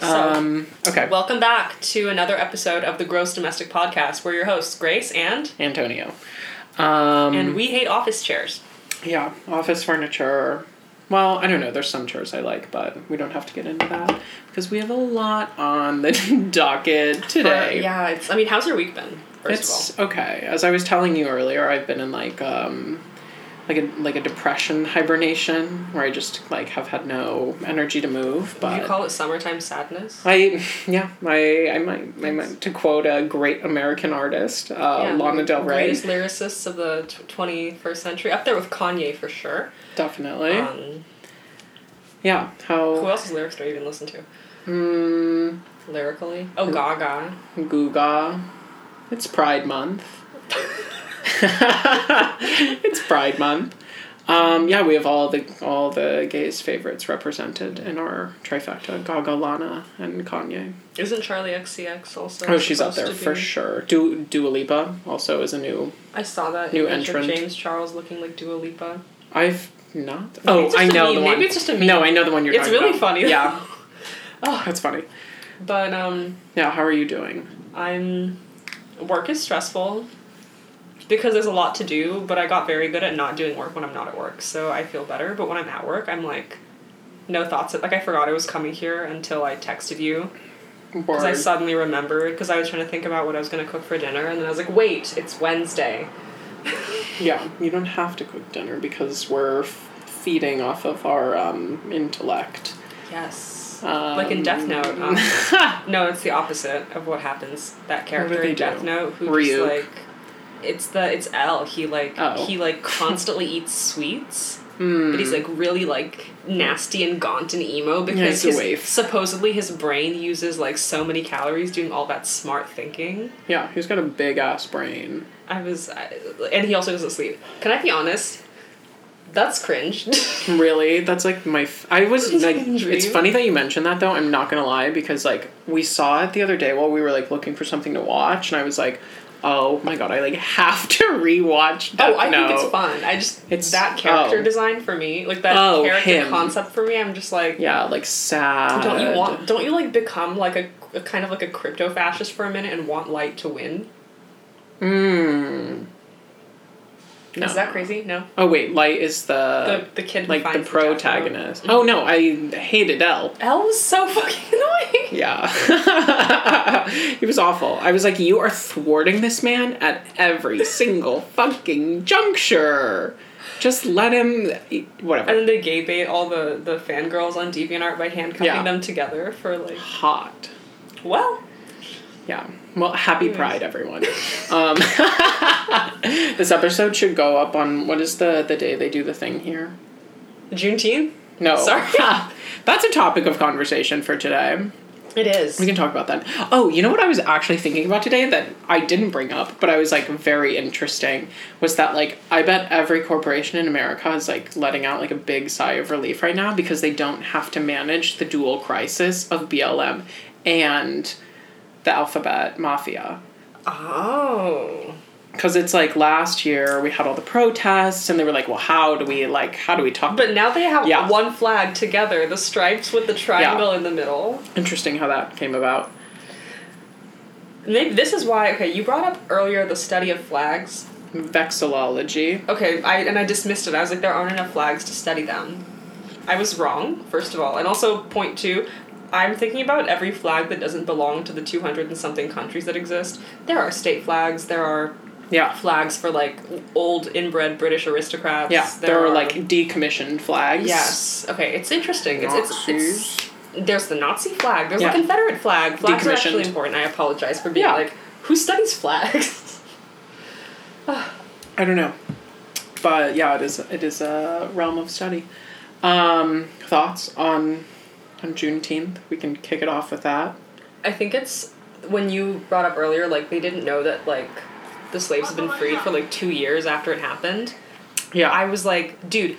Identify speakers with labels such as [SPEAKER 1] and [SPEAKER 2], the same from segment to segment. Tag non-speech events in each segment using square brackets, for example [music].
[SPEAKER 1] So,
[SPEAKER 2] Um, okay.
[SPEAKER 1] welcome back to another episode of the Gross Domestic Podcast. We're your hosts, Grace and
[SPEAKER 2] Antonio. Um,
[SPEAKER 1] and we hate office chairs.
[SPEAKER 2] yeah, office furniture. Well, I don't know. There's some chairs I like, but we don't have to get into that because we have a lot on the [laughs] docket today.
[SPEAKER 1] Or- Uh, yeah, it's. I mean, how's your week been? First
[SPEAKER 2] it's
[SPEAKER 1] of
[SPEAKER 2] okay. As I was telling you earlier, I've been in like um, like a like a depression hibernation where I just like have had no energy to move.
[SPEAKER 1] all,
[SPEAKER 2] But
[SPEAKER 1] you call it summertime sadness.
[SPEAKER 2] I yeah, I I might I meant to quote a great American artist, uh,
[SPEAKER 1] Yeah,
[SPEAKER 2] Lana Del Rey,
[SPEAKER 1] Greatest lyricists of the twenty first century, up there with Kanye for sure.
[SPEAKER 2] definitely.
[SPEAKER 1] Um,
[SPEAKER 2] yeah,
[SPEAKER 1] who
[SPEAKER 2] how
[SPEAKER 1] else's lyrics do I even listen to?
[SPEAKER 2] mm,
[SPEAKER 1] Lyrically, oh Gaga.
[SPEAKER 2] Guga, it's Pride Month. [laughs] it's Pride Month. Um, yeah, we have all the all the gays' favorites represented in our trifecta: Gaga, Lana, and Kanye.
[SPEAKER 1] Isn't Charlie XCX also?
[SPEAKER 2] Oh, she's out
[SPEAKER 1] supposed
[SPEAKER 2] there
[SPEAKER 1] to
[SPEAKER 2] for
[SPEAKER 1] be-
[SPEAKER 2] sure. Du- Dua Lipa also is a new.
[SPEAKER 1] I saw that
[SPEAKER 2] New
[SPEAKER 1] image of
[SPEAKER 2] entrant.
[SPEAKER 1] James Charles looking like Dua Lipa.
[SPEAKER 2] I've not.
[SPEAKER 1] Maybe
[SPEAKER 2] Oh,
[SPEAKER 1] it's just
[SPEAKER 2] I
[SPEAKER 1] a
[SPEAKER 2] know
[SPEAKER 1] meme.
[SPEAKER 2] the one.
[SPEAKER 1] Maybe it's just a meme.
[SPEAKER 2] No, I know the one you're.
[SPEAKER 1] It's
[SPEAKER 2] talking
[SPEAKER 1] really
[SPEAKER 2] about.
[SPEAKER 1] funny.
[SPEAKER 2] Yeah. Oh, that's funny.
[SPEAKER 1] [laughs] But um,
[SPEAKER 2] Yeah, how are you doing?
[SPEAKER 1] I'm work is stressful because there's a lot to do, but I got very good at not doing work when I'm not at work. So I feel better, but when I'm at work, I'm like no thoughts of, like I forgot I was coming here until I texted you cuz I
[SPEAKER 2] Bored.
[SPEAKER 1] suddenly remembered cuz I was trying to think about what I was going to cook for dinner and then I was like, "Wait, it's Wednesday."
[SPEAKER 2] Yeah, you don't have to cook dinner because we're f- feeding off of our um, intellect.
[SPEAKER 1] Yes.
[SPEAKER 2] Um,
[SPEAKER 1] like in Death Note. Um, [laughs] No, it's the opposite of what happens. That character
[SPEAKER 2] they
[SPEAKER 1] in Death
[SPEAKER 2] do?
[SPEAKER 1] Note who just
[SPEAKER 2] Ryuk.
[SPEAKER 1] like it's the it's L. He like
[SPEAKER 2] Oh.
[SPEAKER 1] he like constantly eats sweets.
[SPEAKER 2] Hmm.
[SPEAKER 1] But he's like really like nasty and gaunt and emo because
[SPEAKER 2] he's a
[SPEAKER 1] his-
[SPEAKER 2] waif.
[SPEAKER 1] supposedly his brain uses like so many calories doing all that smart thinking.
[SPEAKER 2] yeah, he's got a big ass brain.
[SPEAKER 1] I was, I, and he also doesn't sleep. Can I be honest? That's cringe.
[SPEAKER 2] [laughs] Really, that's like my. F- I was like,
[SPEAKER 1] Dream.
[SPEAKER 2] it's funny that you mentioned that though. I'm not gonna lie because like we saw it the other day while we were like looking for something to watch, and I was like, oh my god, I like [laughs] have to rewatch. Death [laughs]
[SPEAKER 1] oh, I
[SPEAKER 2] Note.
[SPEAKER 1] think it's fun. I just
[SPEAKER 2] It's-
[SPEAKER 1] that character
[SPEAKER 2] oh.
[SPEAKER 1] design for me, like that
[SPEAKER 2] Oh,
[SPEAKER 1] character
[SPEAKER 2] him.
[SPEAKER 1] concept for me. I'm just like,
[SPEAKER 2] Yeah, like sad.
[SPEAKER 1] Don't you want? Don't you like become like a, a kind of like a crypto fascist for a minute and want light to win?
[SPEAKER 2] Mm. No.
[SPEAKER 1] Is that crazy? No.
[SPEAKER 2] Oh wait, Light is the,
[SPEAKER 1] the the kid who
[SPEAKER 2] like the
[SPEAKER 1] finds
[SPEAKER 2] protagonist. oh no, I hated L.
[SPEAKER 1] jackpot. Elle was so fucking [laughs] annoying.
[SPEAKER 2] Yeah. [laughs] he was awful. I was like, you are thwarting this man at every single fucking juncture. Just let him e-"
[SPEAKER 1] And
[SPEAKER 2] whatever.
[SPEAKER 1] then they gay bait all the the fangirls on DeviantArt by handcuffing
[SPEAKER 2] Yeah.
[SPEAKER 1] them together for like,
[SPEAKER 2] Hot.
[SPEAKER 1] well,
[SPEAKER 2] Yeah. Well, happy
[SPEAKER 1] Anyways.
[SPEAKER 2] pride everyone. um, [laughs] this episode should go up on what is the the day they do the thing here?
[SPEAKER 1] Juneteenth.
[SPEAKER 2] No. [laughs]
[SPEAKER 1] Sorry.
[SPEAKER 2] That's a topic of conversation for today.
[SPEAKER 1] It is.
[SPEAKER 2] We can talk about that. Oh, you know what I was actually thinking about today that I didn't bring up, but I was like very interesting was that like I bet every corporation in America is like letting out like a big sigh of relief right now because they don't have to manage the dual crisis of BLM and the alphabet mafia.
[SPEAKER 1] Oh.
[SPEAKER 2] Cuz it's like last year we had all the protests and they were like, "Well, how do we like how do we talk
[SPEAKER 1] But now they have
[SPEAKER 2] Yeah.
[SPEAKER 1] one flag together, the stripes with the triangle in the middle.
[SPEAKER 2] Interesting how that came about.
[SPEAKER 1] Maybe this is why. Okay, you brought up earlier the study of flags.
[SPEAKER 2] Vexillology.
[SPEAKER 1] Okay, I and I dismissed it. I was like, there aren't enough flags to study them. I was wrong, first of all, and also point two. I'm thinking about every flag that doesn't belong to the 200 and something countries that exist. There are state flags. There are
[SPEAKER 2] Yeah.
[SPEAKER 1] flags for like old inbred British aristocrats.
[SPEAKER 2] Yeah, there, are, like decommissioned flags.
[SPEAKER 1] yes. Okay, it's interesting. It's, it's it's there's the Nazi flag. There's
[SPEAKER 2] Yeah.
[SPEAKER 1] the Confederate flag. Flags are actually
[SPEAKER 2] Decommissioned.
[SPEAKER 1] important. I apologize for being
[SPEAKER 2] Yeah.
[SPEAKER 1] like who studies flags. [laughs]
[SPEAKER 2] I don't know, but yeah, it is it is a realm of study. Um, thoughts on on Juneteenth? We can kick it off with that.
[SPEAKER 1] I think it's when you brought up earlier, like they didn't know that like the slaves had been freed for like two years after it happened.
[SPEAKER 2] Yeah,
[SPEAKER 1] I was like, dude,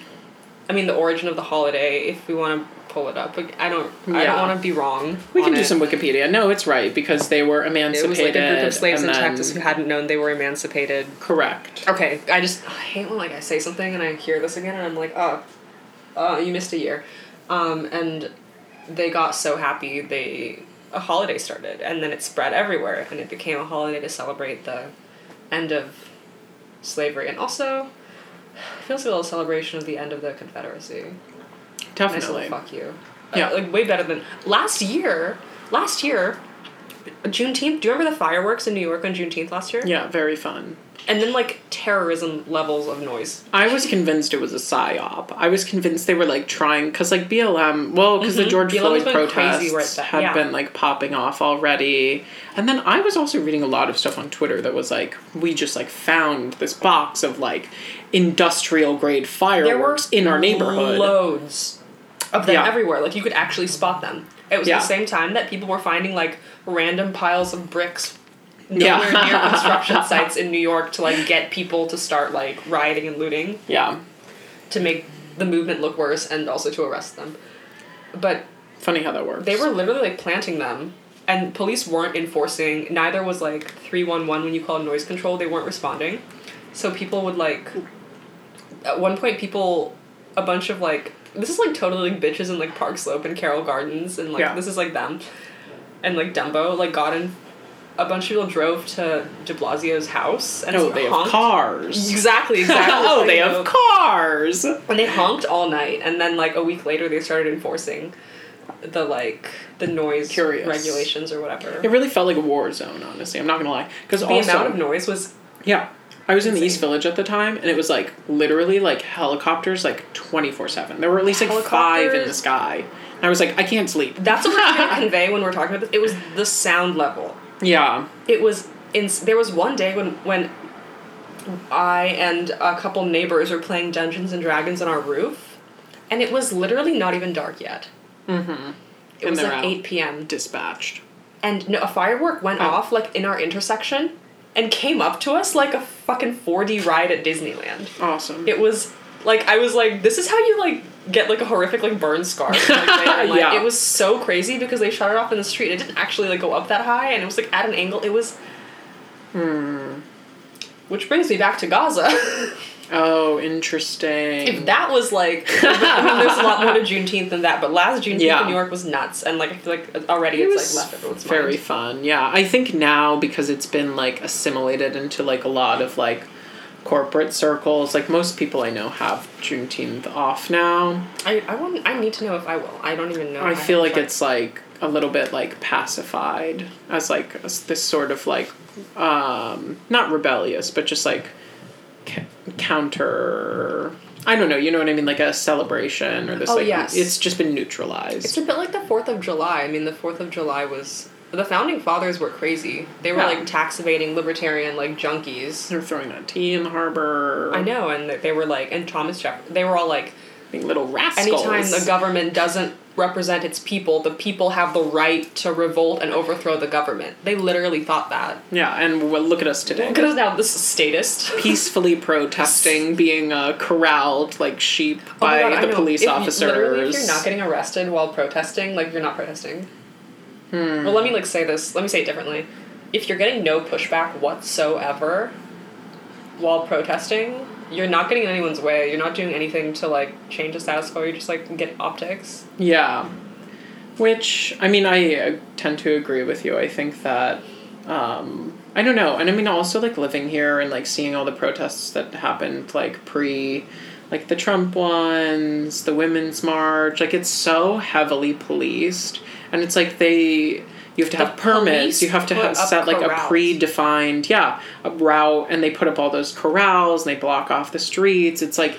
[SPEAKER 1] I mean the origin of the holiday. If we want to pull it up, like, I don't, I don't
[SPEAKER 2] Yeah.
[SPEAKER 1] want to be wrong.
[SPEAKER 2] we can
[SPEAKER 1] on
[SPEAKER 2] do
[SPEAKER 1] it.
[SPEAKER 2] some Wikipedia. No, it's right because they were emancipated.
[SPEAKER 1] It was like a group of slaves
[SPEAKER 2] and
[SPEAKER 1] in
[SPEAKER 2] then-
[SPEAKER 1] Texas who hadn't known they were emancipated.
[SPEAKER 2] Correct.
[SPEAKER 1] Okay, I just I hate when like I say something and I hear this again and I'm like, oh, oh, you missed a year, um, and they got so happy they a holiday started and then it spread everywhere and it became a holiday to celebrate the end of slavery and also it feels like a little celebration of the end of the Confederacy.
[SPEAKER 2] Definitely.
[SPEAKER 1] Nice little fuck you.
[SPEAKER 2] Yeah.
[SPEAKER 1] Uh, like way better than last year. Last year, Juneteenth. Do you remember the fireworks in New York on Juneteenth last year?
[SPEAKER 2] Yeah, very fun.
[SPEAKER 1] And then like terrorism levels of noise.
[SPEAKER 2] I was convinced it was a psyop. I was convinced they were like trying because like BLM, well, because the George
[SPEAKER 1] BLM's
[SPEAKER 2] Floyd
[SPEAKER 1] been crazy
[SPEAKER 2] protests
[SPEAKER 1] right there,
[SPEAKER 2] had
[SPEAKER 1] yeah.
[SPEAKER 2] been like popping off already, and then I was also reading a lot of stuff on Twitter that was like, we just like found this box of like industrial grade fireworks in our neighborhood.
[SPEAKER 1] Loads of them
[SPEAKER 2] Yeah.
[SPEAKER 1] everywhere. Like you could actually spot them. It was
[SPEAKER 2] Yeah.
[SPEAKER 1] the same time that people were finding like random piles of bricks
[SPEAKER 2] Yeah.
[SPEAKER 1] nowhere
[SPEAKER 2] [laughs]
[SPEAKER 1] near construction sites in New York to like get people to start like rioting and looting
[SPEAKER 2] yeah,
[SPEAKER 1] to make the movement look worse and also to arrest them. But
[SPEAKER 2] funny how that works.
[SPEAKER 1] they were literally like planting them and police weren't enforcing neither was like 311 when you called noise control they weren't responding so people would like at one point people a bunch of like this is like totally like bitches in like park slope and carroll gardens and like
[SPEAKER 2] Yeah.
[SPEAKER 1] this is like them and like dumbo like got in a bunch of people drove to de blasio's house and
[SPEAKER 2] oh, they have
[SPEAKER 1] honked.
[SPEAKER 2] [laughs] cars.
[SPEAKER 1] exactly exactly
[SPEAKER 2] oh,
[SPEAKER 1] Like,
[SPEAKER 2] they
[SPEAKER 1] you
[SPEAKER 2] have
[SPEAKER 1] know,
[SPEAKER 2] cars.
[SPEAKER 1] and they honked all night, and then like a week later, they started enforcing the like the noise
[SPEAKER 2] Curious.
[SPEAKER 1] regulations or whatever.
[SPEAKER 2] It really felt like a war zone. Honestly, I'm not gonna lie. Because
[SPEAKER 1] the
[SPEAKER 2] also,
[SPEAKER 1] amount of noise was
[SPEAKER 2] Yeah. I was in the
[SPEAKER 1] Insane.
[SPEAKER 2] East Village at the time, and it was like literally like helicopters, like 24 7. There were at least like five in the
[SPEAKER 1] Helicopters.
[SPEAKER 2] sky. And I was like, I can't sleep.
[SPEAKER 1] that's what we're
[SPEAKER 2] [laughs]
[SPEAKER 1] trying to convey when we're talking about this. It was the sound level.
[SPEAKER 2] Yeah.
[SPEAKER 1] It was in. There was one day when when I and a couple neighbors were playing Dungeons and Dragons on our roof, and it was literally not even dark yet. Mm-hmm. It
[SPEAKER 2] And
[SPEAKER 1] was
[SPEAKER 2] they're
[SPEAKER 1] like
[SPEAKER 2] out.
[SPEAKER 1] eight p.m.
[SPEAKER 2] Dispatched.
[SPEAKER 1] and no, a firework went
[SPEAKER 2] Oh.
[SPEAKER 1] off like in our intersection and came up to us like a fucking 4D ride at Disneyland.
[SPEAKER 2] Awesome.
[SPEAKER 1] It was like I was like, this is how you like get like a horrific like burn scar.
[SPEAKER 2] [laughs]
[SPEAKER 1] Like, there. And, like,
[SPEAKER 2] Yeah.
[SPEAKER 1] It was so crazy because they shot it off in the street. It didn't actually like go up that high, and it was like at an angle. It was.
[SPEAKER 2] Hmm.
[SPEAKER 1] Which brings me back to Gaza. [laughs]
[SPEAKER 2] oh, interesting.
[SPEAKER 1] if that was
[SPEAKER 2] [laughs]
[SPEAKER 1] like, I mean, there's a lot more to Juneteenth than that, but last Juneteenth
[SPEAKER 2] Yeah.
[SPEAKER 1] in New York was nuts, and like I feel like already
[SPEAKER 2] it
[SPEAKER 1] it's
[SPEAKER 2] was
[SPEAKER 1] like left everyone's mind.
[SPEAKER 2] very fun. Yeah. I think now because it's been like assimilated into like a lot of like corporate circles, like most people I know have Juneteenth off now.
[SPEAKER 1] I, I want I need to know if I will. I don't even know.
[SPEAKER 2] I feel like
[SPEAKER 1] haven't
[SPEAKER 2] it's like a little bit like pacified as like as this sort of like um not rebellious but just like c- counter I don't know, you know what I mean like a celebration or this
[SPEAKER 1] Oh,
[SPEAKER 2] like
[SPEAKER 1] yes.
[SPEAKER 2] it's just been
[SPEAKER 1] tried. It's
[SPEAKER 2] neutralized.
[SPEAKER 1] a bit like the Fourth of July. I mean, the Fourth of July was the founding fathers were crazy. They were
[SPEAKER 2] Yeah.
[SPEAKER 1] like tax evading libertarian like junkies.
[SPEAKER 2] They're throwing that tea in the harbor.
[SPEAKER 1] I know, and they- they were like, and Thomas Jefferson. They were all like,
[SPEAKER 2] Being little rascals.
[SPEAKER 1] anytime the government doesn't represent its people, the people have the right to revolt and overthrow the government. They literally thought that.
[SPEAKER 2] yeah, and well, look at us today.
[SPEAKER 1] Because now this is statist.
[SPEAKER 2] Peacefully protesting, being uh, corralled like sheep
[SPEAKER 1] Oh my
[SPEAKER 2] by
[SPEAKER 1] God, I
[SPEAKER 2] the
[SPEAKER 1] know.
[SPEAKER 2] police
[SPEAKER 1] If you-
[SPEAKER 2] officers.
[SPEAKER 1] literally, if you're not getting arrested while protesting, like you're not protesting.
[SPEAKER 2] Hmm.
[SPEAKER 1] Well, let me like say this. Let me say it differently. If you're getting no pushback whatsoever while protesting, you're not getting in anyone's way. You're not doing anything to like change the status quo. You just like get optics.
[SPEAKER 2] Yeah. Which, I mean, I uh, tend to agree with you. I think that, um, I don't know. And I mean, also, like, living here and, like, seeing all the protests that happened, like, pre, like, the Trump ones, the Women's March, like, it's so heavily policed. And it's like they, you have to have permits,
[SPEAKER 1] police
[SPEAKER 2] you have to
[SPEAKER 1] put
[SPEAKER 2] have
[SPEAKER 1] up
[SPEAKER 2] set, like,
[SPEAKER 1] corrals.
[SPEAKER 2] a predefined, yeah, a route. And they put up all those corrals and they block off the streets. It's like,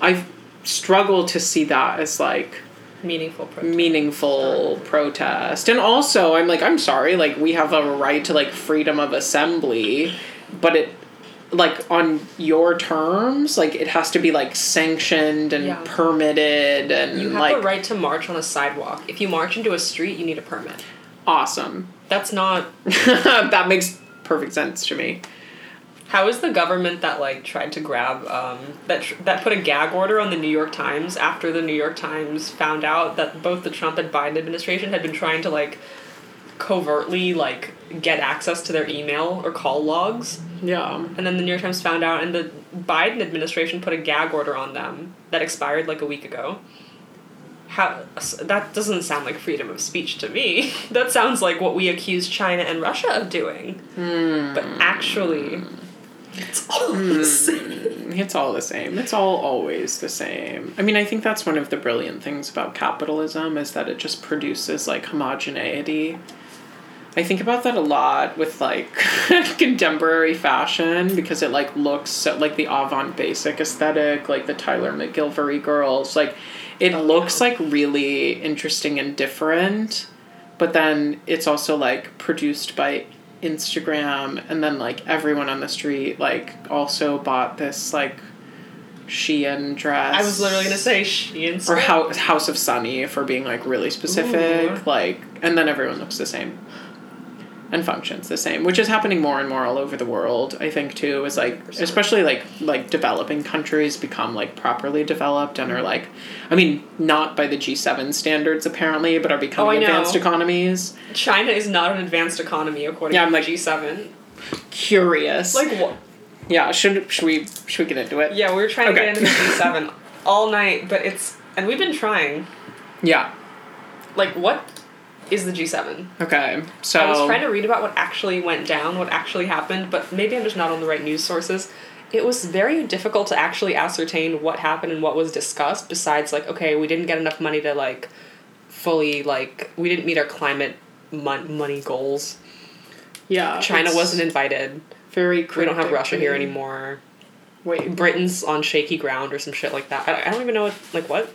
[SPEAKER 2] I struggle to see that as, like,
[SPEAKER 1] Meaningful
[SPEAKER 2] Mm,
[SPEAKER 1] protest.
[SPEAKER 2] meaningful protest. And also, I'm like, I'm sorry, like, we have a right to, like, freedom of assembly, but it, like, on your terms, like, it has to be, like, sanctioned and
[SPEAKER 1] Yeah.
[SPEAKER 2] permitted and,
[SPEAKER 1] you have
[SPEAKER 2] like,
[SPEAKER 1] the right to march on a sidewalk. If you march into a street, you need a permit.
[SPEAKER 2] awesome. [laughs]
[SPEAKER 1] That's not.
[SPEAKER 2] that makes perfect sense to me.
[SPEAKER 1] How is the government that like tried to grab um, that tr- that put a gag order on the New York Times after the New York Times found out that both the Trump and Biden administration had been trying to like covertly like get access to their email or call logs,
[SPEAKER 2] Yeah.
[SPEAKER 1] and then the New York Times found out, and the Biden administration put a gag order on them that expired like a week ago. how that doesn't sound like freedom of speech to me. [laughs] that sounds like what we accuse China and Russia of doing. Mm. But actually, it's all the same.
[SPEAKER 2] It's all the same. It's all always the same. I mean, I think that's one of the brilliant things about capitalism is that it just produces like homogeneity. I think about that a lot with like [laughs] contemporary fashion because it like looks so like the avant basic aesthetic, like the Tyler McGilvery girls, like it oh, looks wow. like really interesting and different, but then it's also like produced by Instagram and then like everyone on the street like also bought this like Shein dress.
[SPEAKER 1] I was literally gonna say Shein
[SPEAKER 2] or House House of Sunny for being like really specific, Ooh. like and then everyone looks the same and functions the same, which is happening more and more all over the world. I think too is like 100%. especially like like developing countries become like properly developed and are like, I mean not by the G seven standards apparently, but are becoming oh, advanced know. economies.
[SPEAKER 1] China is not an advanced economy according yeah, I'm to like, G seven.
[SPEAKER 2] Curious.
[SPEAKER 1] Like what?
[SPEAKER 2] Yeah, should should we should we get into it?
[SPEAKER 1] Yeah, we were trying okay. to get into G [laughs] seven all night, but it's and we've been trying.
[SPEAKER 2] Yeah.
[SPEAKER 1] Like what is the G7.
[SPEAKER 2] Okay. So
[SPEAKER 1] I was trying to read about what actually went down, what actually happened, but maybe I'm just not on the right news sources. It was very difficult to actually ascertain what happened and what was discussed besides like okay, we didn't get enough money to like fully like we didn't meet our climate mon- money goals.
[SPEAKER 2] Yeah.
[SPEAKER 1] China wasn't invited.
[SPEAKER 2] Very
[SPEAKER 1] We don't have Russia here anymore.
[SPEAKER 2] Wait,
[SPEAKER 1] Britain's on shaky ground or some shit like that. I, I don't even know what, like what.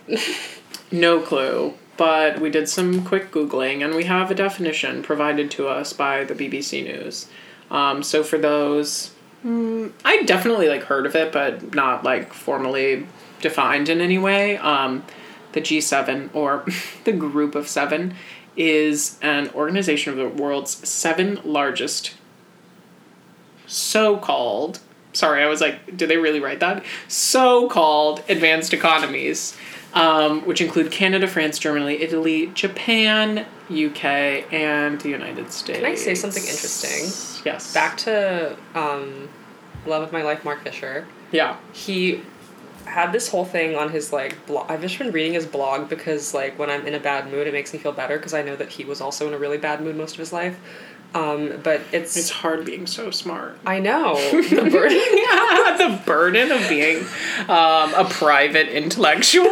[SPEAKER 1] [laughs]
[SPEAKER 2] no clue but we did some quick Googling and we have a definition provided to us by the BBC News. Um, so for those, mm, I definitely like heard of it, but not like formally defined in any way. Um, the G7 or [laughs] the Group of Seven is an organization of the world's seven largest so called, sorry, I was like, did they really write that? So called advanced economies. Um, which include Canada, France, Germany, Italy, Japan, UK, and the United States.
[SPEAKER 1] Can I say something interesting?
[SPEAKER 2] Yes.
[SPEAKER 1] Back to um, Love of My Life, Mark Fisher.
[SPEAKER 2] Yeah.
[SPEAKER 1] He had this whole thing on his like blog. I've just been reading his blog because like when I'm in a bad mood, it makes me feel better because I know that he was also in a really bad mood most of his life. Um, but it's
[SPEAKER 2] it's hard being so smart.
[SPEAKER 1] I
[SPEAKER 2] [laughs]
[SPEAKER 1] know [laughs] the burden,
[SPEAKER 2] yeah, the burden of being um, a private intellectual.
[SPEAKER 1] [laughs]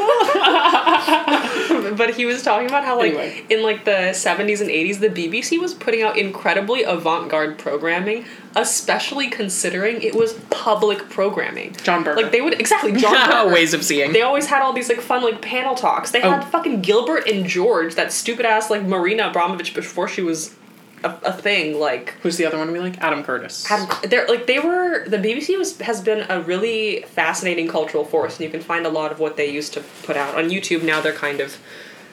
[SPEAKER 1] but he was talking about how like anyway. in like the seventies and eighties, the BBC was putting out incredibly avant-garde programming, especially considering it was public programming.
[SPEAKER 2] [laughs] John Berger,
[SPEAKER 1] like they would exactly
[SPEAKER 2] [laughs]
[SPEAKER 1] John Berger
[SPEAKER 2] ways of seeing.
[SPEAKER 1] They always had all these like fun like panel talks. They had oh. fucking Gilbert and George, that stupid ass like Marina Abramovich before she was a, a, thing like
[SPEAKER 2] who's the other one we like adam curtis
[SPEAKER 1] adam they're like they were the bbc was has been a really fascinating cultural force and you can find a lot of what they used to put out on youtube now they're kind of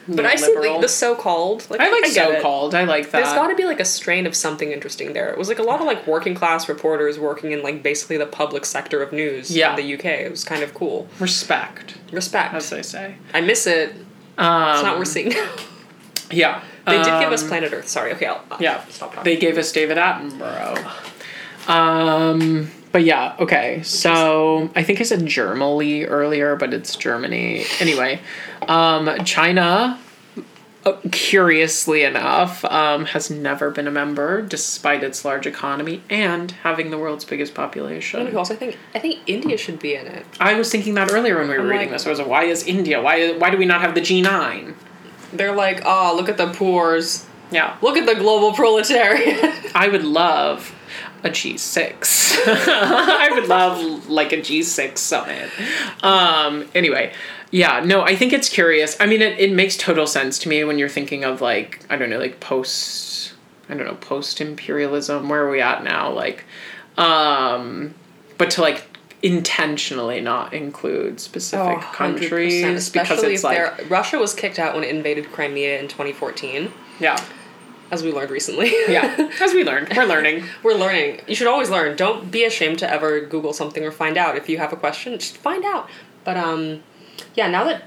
[SPEAKER 1] but I see like, the so-called. Like,
[SPEAKER 2] I like I so-called. It. I like that.
[SPEAKER 1] There's got to be like a strain of something interesting there. It was like a lot of like working class reporters working in like basically the public sector of news
[SPEAKER 2] yeah.
[SPEAKER 1] in the UK. It was kind of cool.
[SPEAKER 2] Respect.
[SPEAKER 1] Respect.
[SPEAKER 2] As they say.
[SPEAKER 1] I miss it. Um, it's not what we're seeing [laughs] now.
[SPEAKER 2] yeah.
[SPEAKER 1] They did give us Planet Earth. Sorry. Okay, I'll, I'll
[SPEAKER 2] yeah.
[SPEAKER 1] Stop talking.
[SPEAKER 2] They gave us David Attenborough. Um, but yeah. Okay. So I think I said Germany earlier, but it's Germany anyway. Um, China. uh, Curiously enough, um, has never been a member, despite its large economy and having the world's biggest population.
[SPEAKER 1] And also, I think I think India should be in it.
[SPEAKER 2] I was thinking that earlier when we were
[SPEAKER 1] I'm
[SPEAKER 2] reading
[SPEAKER 1] like-
[SPEAKER 2] this. I was like, "Why is India? Why why do we not have the G nine?
[SPEAKER 1] They're like, oh, look at the poors.
[SPEAKER 2] Yeah.
[SPEAKER 1] Look at the global proletariat. [laughs]
[SPEAKER 2] I would love a G6. [laughs] I would love like a G6 summit. Um, anyway, yeah, no, I think it's curious. I mean, it, it makes total sense to me when you're thinking of like, I don't know, like post, I don't know, post imperialism. Where are we at now? Like, um, but to like intentionally not include specific
[SPEAKER 1] oh,
[SPEAKER 2] countries
[SPEAKER 1] especially
[SPEAKER 2] because it's
[SPEAKER 1] if
[SPEAKER 2] like
[SPEAKER 1] they're- Russia was kicked out when it invaded Crimea in 2014
[SPEAKER 2] yeah
[SPEAKER 1] as we learned recently
[SPEAKER 2] yeah
[SPEAKER 1] [laughs]
[SPEAKER 2] as we learned we're learning
[SPEAKER 1] we're learning you should always learn don't be ashamed to ever google something or find out if you have a question just find out but um yeah now that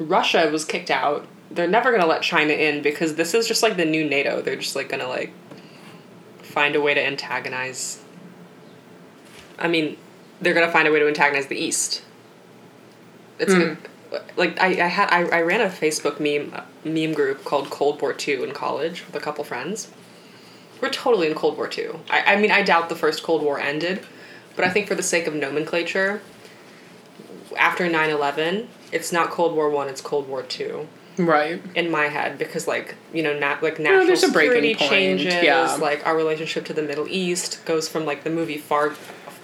[SPEAKER 1] Russia was kicked out they're never going to let China in because this is just like the new NATO they're just like going to like find a way to antagonize I mean, they're gonna find a way to antagonize the East. It's mm. gonna, like I, I had I, I ran a Facebook meme meme group called Cold War Two in college with a couple friends. We're totally in Cold War Two. I, I mean I doubt the first Cold War ended, but I think for the sake of nomenclature, after 9-11, it's not Cold War One, it's Cold War Two
[SPEAKER 2] Right.
[SPEAKER 1] in my head because like you know not like
[SPEAKER 2] No,
[SPEAKER 1] national
[SPEAKER 2] there's a
[SPEAKER 1] security
[SPEAKER 2] breaking point,
[SPEAKER 1] changes
[SPEAKER 2] yeah.
[SPEAKER 1] like our relationship to the Middle East goes from like the movie Far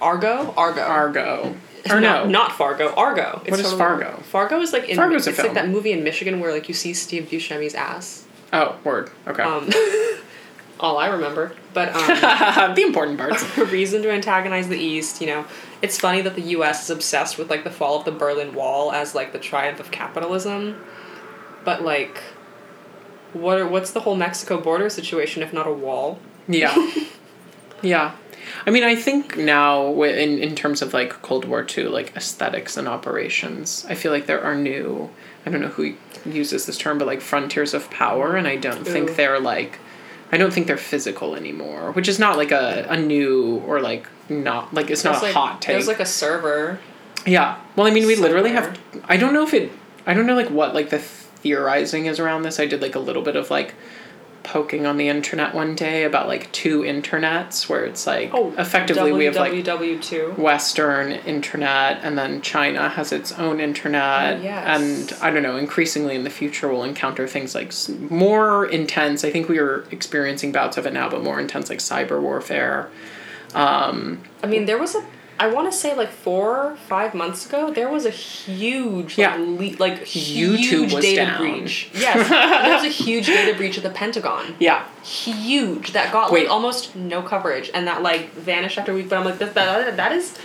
[SPEAKER 1] Argo Argo
[SPEAKER 2] Fargo. Or no.
[SPEAKER 1] not, not Fargo Argo it's
[SPEAKER 2] What is
[SPEAKER 1] totally-
[SPEAKER 2] Fargo?
[SPEAKER 1] Fargo is like in,
[SPEAKER 2] Fargo's a
[SPEAKER 1] it's
[SPEAKER 2] film.
[SPEAKER 1] like that movie in Michigan where like you see Steve Buscemi's ass
[SPEAKER 2] oh, word. Okay.
[SPEAKER 1] um, all I remember but um,
[SPEAKER 2] [laughs] the important parts.
[SPEAKER 1] [laughs] a reason to antagonize the East you know it's funny that the U.S. is obsessed with like the fall of the Berlin Wall as like the triumph of capitalism but like what are, what's the whole Mexico border situation if not a wall?
[SPEAKER 2] Yeah. yeah. I mean, I think now, wi- in, in terms of like Cold War II, like aesthetics and operations, I feel like there are new, I don't know who uses this term, but like frontiers of power, and I don't
[SPEAKER 1] Ooh.
[SPEAKER 2] think they're like, I don't think they're physical anymore, which is not like a, a new or like not, like it's not
[SPEAKER 1] There's,
[SPEAKER 2] a
[SPEAKER 1] like,
[SPEAKER 2] hot take.
[SPEAKER 1] There's like a server.
[SPEAKER 2] Yeah. Well, I mean, we literally
[SPEAKER 1] Somewhere.
[SPEAKER 2] have. I don't know if it. I don't know like what like the theorizing is around this. I did like a little bit of like poking on the internet one day about like two internets where it's like
[SPEAKER 1] Oh,
[SPEAKER 2] effectively we have like
[SPEAKER 1] WW two.
[SPEAKER 2] Western internet and then China has its own internet.
[SPEAKER 1] Oh, yes.
[SPEAKER 2] And I don't know, increasingly in the future we'll encounter things like s- more intense. I think we are experiencing bouts of it now, but more intense like cyber warfare.
[SPEAKER 1] I mean, there was a. I want to say like four, five months ago, there was a huge,
[SPEAKER 2] Yeah.
[SPEAKER 1] like, le- like
[SPEAKER 2] YouTube
[SPEAKER 1] huge
[SPEAKER 2] was
[SPEAKER 1] data
[SPEAKER 2] down.
[SPEAKER 1] breach. Yes, there was a huge data breach at the Pentagon.
[SPEAKER 2] Yeah.
[SPEAKER 1] Huge that got
[SPEAKER 2] Wait.
[SPEAKER 1] like almost no coverage, and that like vanished after a week. But I'm like, that that, that is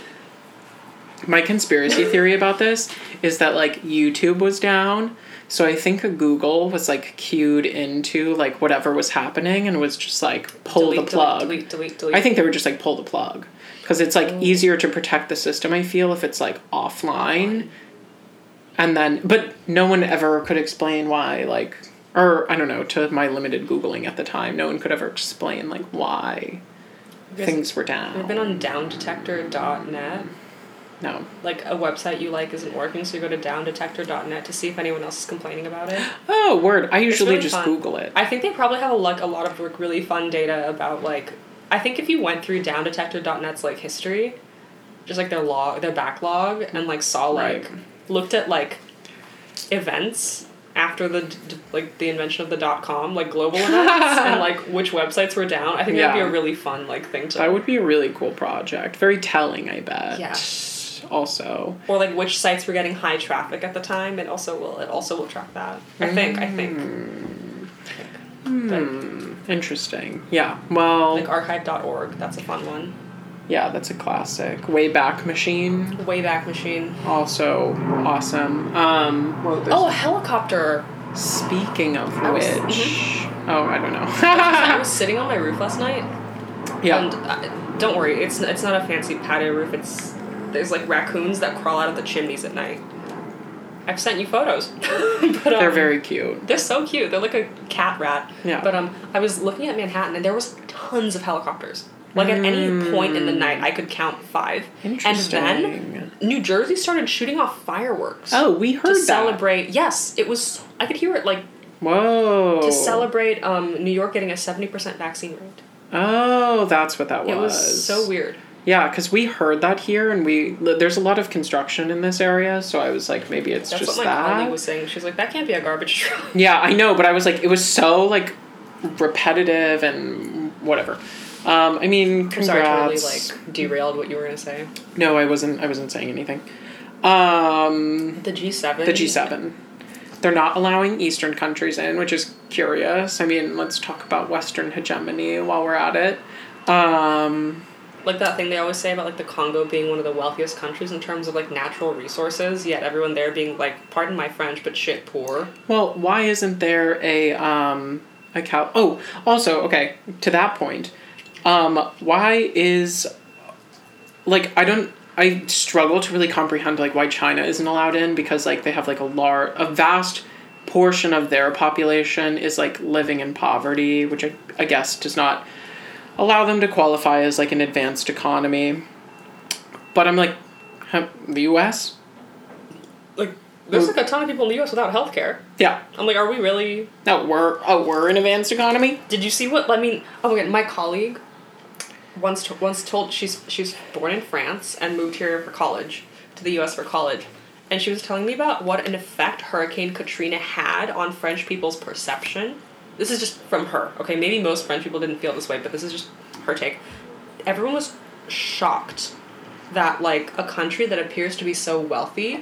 [SPEAKER 2] my conspiracy theory about this is that like YouTube was down. So I think Google was like cued into like whatever was happening and was just like pull
[SPEAKER 1] delete,
[SPEAKER 2] the plug.
[SPEAKER 1] Delete, Oh. delete, delete.
[SPEAKER 2] I think they were just like pull the plug because it's like easier to protect the system. I feel if it's like offline, and then but no one ever could explain why like or I don't know to my limited googling at the time, no one could ever explain like why
[SPEAKER 1] Because
[SPEAKER 2] things were down.
[SPEAKER 1] We've been on downdetector.net.
[SPEAKER 2] no.
[SPEAKER 1] Like a website you like isn't working, so you go to downdetector.net to see if anyone else is complaining about it.
[SPEAKER 2] Oh word! I usually
[SPEAKER 1] really
[SPEAKER 2] just
[SPEAKER 1] fun.
[SPEAKER 2] Google it.
[SPEAKER 1] I think they probably have a like a lot of like really fun data about like I think if you went through downdetector.net's like history, just like their log their backlog and like saw like
[SPEAKER 2] Right.
[SPEAKER 1] looked at like events after the d- d- like the invention of the dot com like global
[SPEAKER 2] [laughs]
[SPEAKER 1] events and like which websites were down. I think that'd be
[SPEAKER 2] Yeah.
[SPEAKER 1] a really fun like thing to
[SPEAKER 2] That would be a really cool project. Very telling, I bet.
[SPEAKER 1] Yeah.
[SPEAKER 2] Also,
[SPEAKER 1] or like which sites were getting high traffic at the time it also will it also will track that. I think I think
[SPEAKER 2] Hmm. interesting. Yeah. Well,
[SPEAKER 1] like archive.org that's a fun one.
[SPEAKER 2] yeah, that's a classic. Wayback Machine,
[SPEAKER 1] Wayback Machine.
[SPEAKER 2] also awesome. Um, well, there's-
[SPEAKER 1] Oh, a
[SPEAKER 2] [laughs]
[SPEAKER 1] helicopter.
[SPEAKER 2] speaking of
[SPEAKER 1] I
[SPEAKER 2] which,
[SPEAKER 1] was- mm-hmm.
[SPEAKER 2] oh, I don't
[SPEAKER 1] I
[SPEAKER 2] know. [laughs]
[SPEAKER 1] was sitting on my roof last night,
[SPEAKER 2] yeah.
[SPEAKER 1] and uh don't worry, it's it's not a fancy patio roof. It's there's like raccoons that crawl out of the chimneys at night. I've sent you photos, [laughs] but um,
[SPEAKER 2] They're very cute.
[SPEAKER 1] they're so cute. They're like a cat rat.
[SPEAKER 2] Yeah.
[SPEAKER 1] But um, I was looking at Manhattan, and there was tons of helicopters. Like at any point in the night, I could count five.
[SPEAKER 2] Interesting.
[SPEAKER 1] And then New Jersey started shooting off fireworks.
[SPEAKER 2] oh, we
[SPEAKER 1] To
[SPEAKER 2] heard that.
[SPEAKER 1] celebrate, yes, it was. I could hear it like
[SPEAKER 2] Whoa.
[SPEAKER 1] to celebrate um, New York getting a seventy percent vaccine rate.
[SPEAKER 2] Oh, that's what that was.
[SPEAKER 1] It was so weird.
[SPEAKER 2] Yeah, because we heard that here, and we there's a lot of construction in this area, so I was like, maybe it's
[SPEAKER 1] That's
[SPEAKER 2] just
[SPEAKER 1] what my
[SPEAKER 2] that.
[SPEAKER 1] colleague was saying. She's like, that can't be a garbage truck.
[SPEAKER 2] Yeah, I know, but I was like, it was so like repetitive and whatever. Um, I
[SPEAKER 1] [laughs]
[SPEAKER 2] mean,
[SPEAKER 1] I'm
[SPEAKER 2] congrats.
[SPEAKER 1] sorry, I totally like derailed what you were gonna say.
[SPEAKER 2] No, I wasn't. I wasn't saying anything. Um,
[SPEAKER 1] The G7.
[SPEAKER 2] the G seven. They're not allowing Eastern countries in, which is curious. I mean, let's talk about Western hegemony while we're at it. Um,
[SPEAKER 1] Like that thing they always say about like the Congo being one of the wealthiest countries in terms of like natural resources, yet everyone there being like, pardon my French, but shit poor.
[SPEAKER 2] well, why isn't there a um, a cow? Oh, also, okay. To that point, um, why is like I don't I struggle to really comprehend like why China isn't allowed in because like they have like a large a vast portion of their population is like living in poverty, which I, I guess does not allow them to qualify as like an advanced economy. But I'm like huh, the US
[SPEAKER 1] Like There's like a ton of people in the U.S. without healthcare.
[SPEAKER 2] Yeah.
[SPEAKER 1] I'm like, are we really?
[SPEAKER 2] No, we're oh, we're an advanced economy.
[SPEAKER 1] Did you see what? I mean, oh my god, my colleague once to, once told she's she's born in France and moved here for college to the U.S. for college, and she was telling me about what an effect Hurricane Katrina had on French people's perception. This is just from her. Okay, maybe most French people didn't feel this way, but this is just her take. Everyone was shocked that like a country that appears to be so wealthy